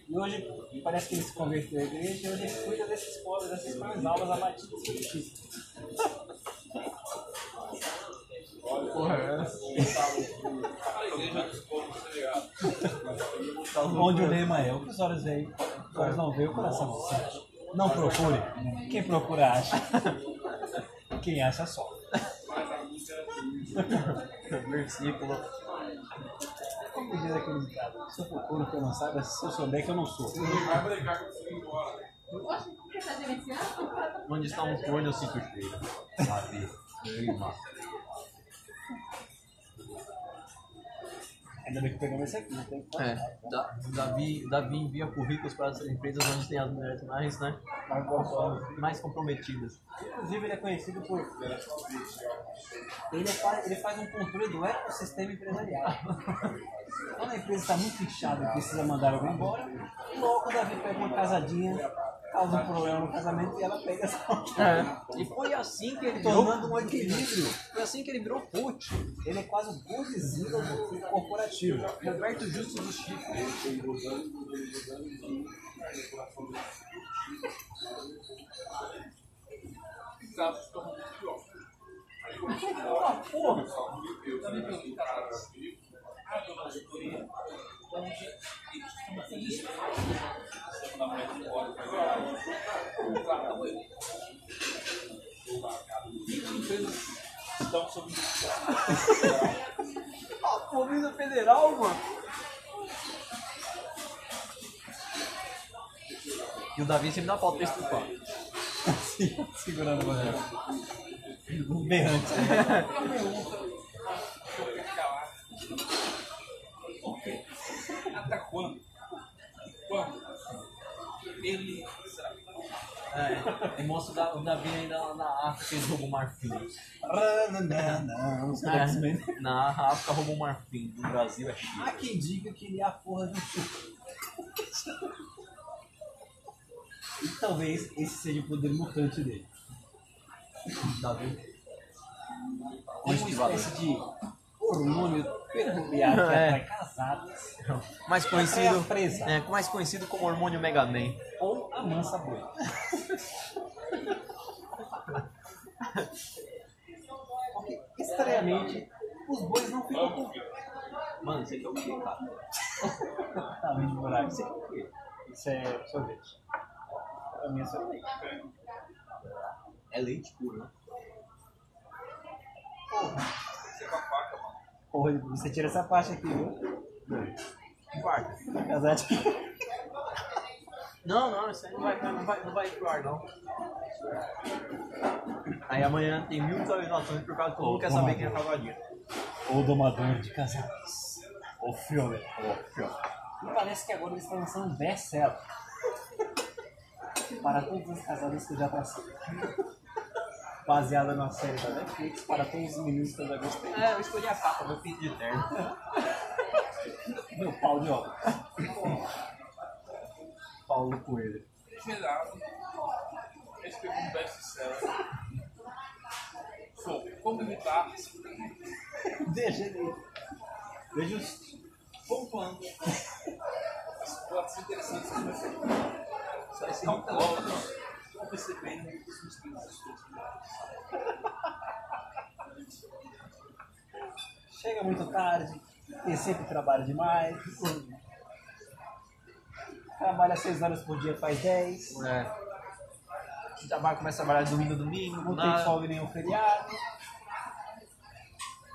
S3: E hoje parece que ele se converteu à igreja e hoje ele cuida desses pobres, dessas coisas almas abatidas pelo Cristo.
S1: Porra, é.
S2: A igreja dos povos, tá ligado?
S3: Onde o lema é: o que os olhos veem, os olhos não veem, o coração não sente. Não procure, quem procura acha. Quem acha só.
S2: assim,
S1: Versículo.
S3: Como diz aquele ditado: se eu procuro o que eu não saiba, se eu souber que eu não sou.
S2: Vai brigar com o filho embora.
S6: Poxa, como que tá gerenciando?
S1: Onde está um corno, eu sinto cheiro. Davi. Lima.
S3: Ainda bem que pegamos esse aqui, não tem que
S1: É, Da- Davi, Davi envia currículos para as empresas onde tem as mulheres mais, né, mais comprometidas.
S3: Inclusive, ele é conhecido por. Ele, é fa- ele faz um controle do ecossistema empresarial. Quando a empresa está muito inchada e precisa mandar alguém embora, um logo o Davi pega uma casadinha, causa um problema no casamento e ela pega essa.
S1: E foi assim que ele virou, né?
S3: Tomando um equilíbrio.
S1: foi assim que ele virou coach.
S3: Ele é quase o Godzilla do corporativo.
S1: Roberto Justo do Chico.
S2: Tá, se torna muito pior. Eu também perguntei, cara, a dona auditoria, onde ele costuma ter isso? Na frente de fora, tá ligado? Contratam ele. Vinte empresas estão sob
S1: A Polícia Federal, mano. E o Davi sempre dá falta pra estupar.
S3: Segurando o banheiro. Um berrante.
S2: Ok. Até quando? Quando? Ele será que
S1: É, e mostra o Da- o Davi ainda na África ele roubou marfim.
S3: Rananana, Os moleques bem-
S1: É, na África roubou marfim, no Brasil é Chile.
S3: né? Há quem diga que ele é a porra do Chico. E talvez esse seja o poder mutante dele.
S1: Davi.
S3: Tem uma espécie de hormônio peculiar que
S1: É.
S3: atrai casadas
S1: Mais
S3: conhecido-
S1: conhecido, é,
S3: presa.
S1: mais conhecido como hormônio Mega Man.
S3: ou a mansa boi. Porque, estranhamente, os bois não ficam com
S1: Mano, isso aqui é o quê, cara?
S3: totalmente Tá, buraco. Isso é sorvete. Pra mim é sorvete.
S1: É leite puro, né?
S2: você com a faca, mano?
S3: Porra, você tira essa parte aqui, viu?
S1: Guarda.
S3: Casar de...
S1: Não, não, isso aí não vai, não vai, não vai ir pro ar, não. Aí amanhã tem mil visualizações por causa que o povo quer saber quem é o cavalinho.
S3: Ou domador de casacas. Ou Fiore. E parece que agora eles estão lançando um best-seller. Para todos os casados que eu já passei. Baseada na série da Netflix, para todos os meninos que eu já gostei.
S1: É, eu escolhi a capa, meu pinto de terno.
S3: Meu pau de obra.
S1: Paulo Coelho.
S2: Geraldo, escreveu um best-seller sobre como evitar
S3: Veja os.
S2: pontuando as fotos interessantes que você Só um esse calculador não né? percebendo os mistérios dos seus
S3: Chega muito tarde, e sempre trabalha demais. Trabalha 6 horas por dia, faz 10.
S1: É. Trabalho começa a trabalhar domingo, domingo,
S3: Não tem
S1: nada.
S3: folga nenhum feriado.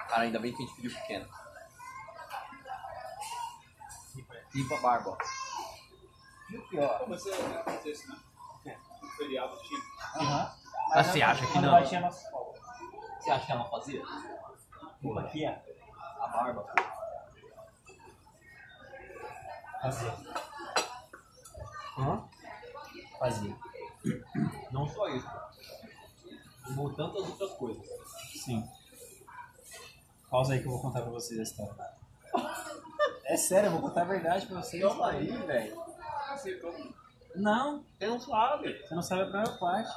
S1: Cara, ainda bem que a gente pediu pequeno. Limpa a barba.
S3: E o pior.
S2: Você vai fazer isso, né? Um feriado tipo.
S3: Aham.
S1: Mas Ah, você acha que
S3: quando
S1: não?
S3: batia nossa folga.
S1: Você acha que ela fazia?
S3: Tipo aqui, ó.
S1: A barba, pô.
S3: Fazia.
S1: Hã? Fazia. Não só isso. Como tantas outras coisas.
S3: Sim. Pausa aí que eu vou contar pra vocês a história. É sério, eu vou contar a verdade pra vocês.
S1: velho.
S2: Aceitou.
S3: Não,
S1: Você não sabe.
S3: você não sabe a primeira parte.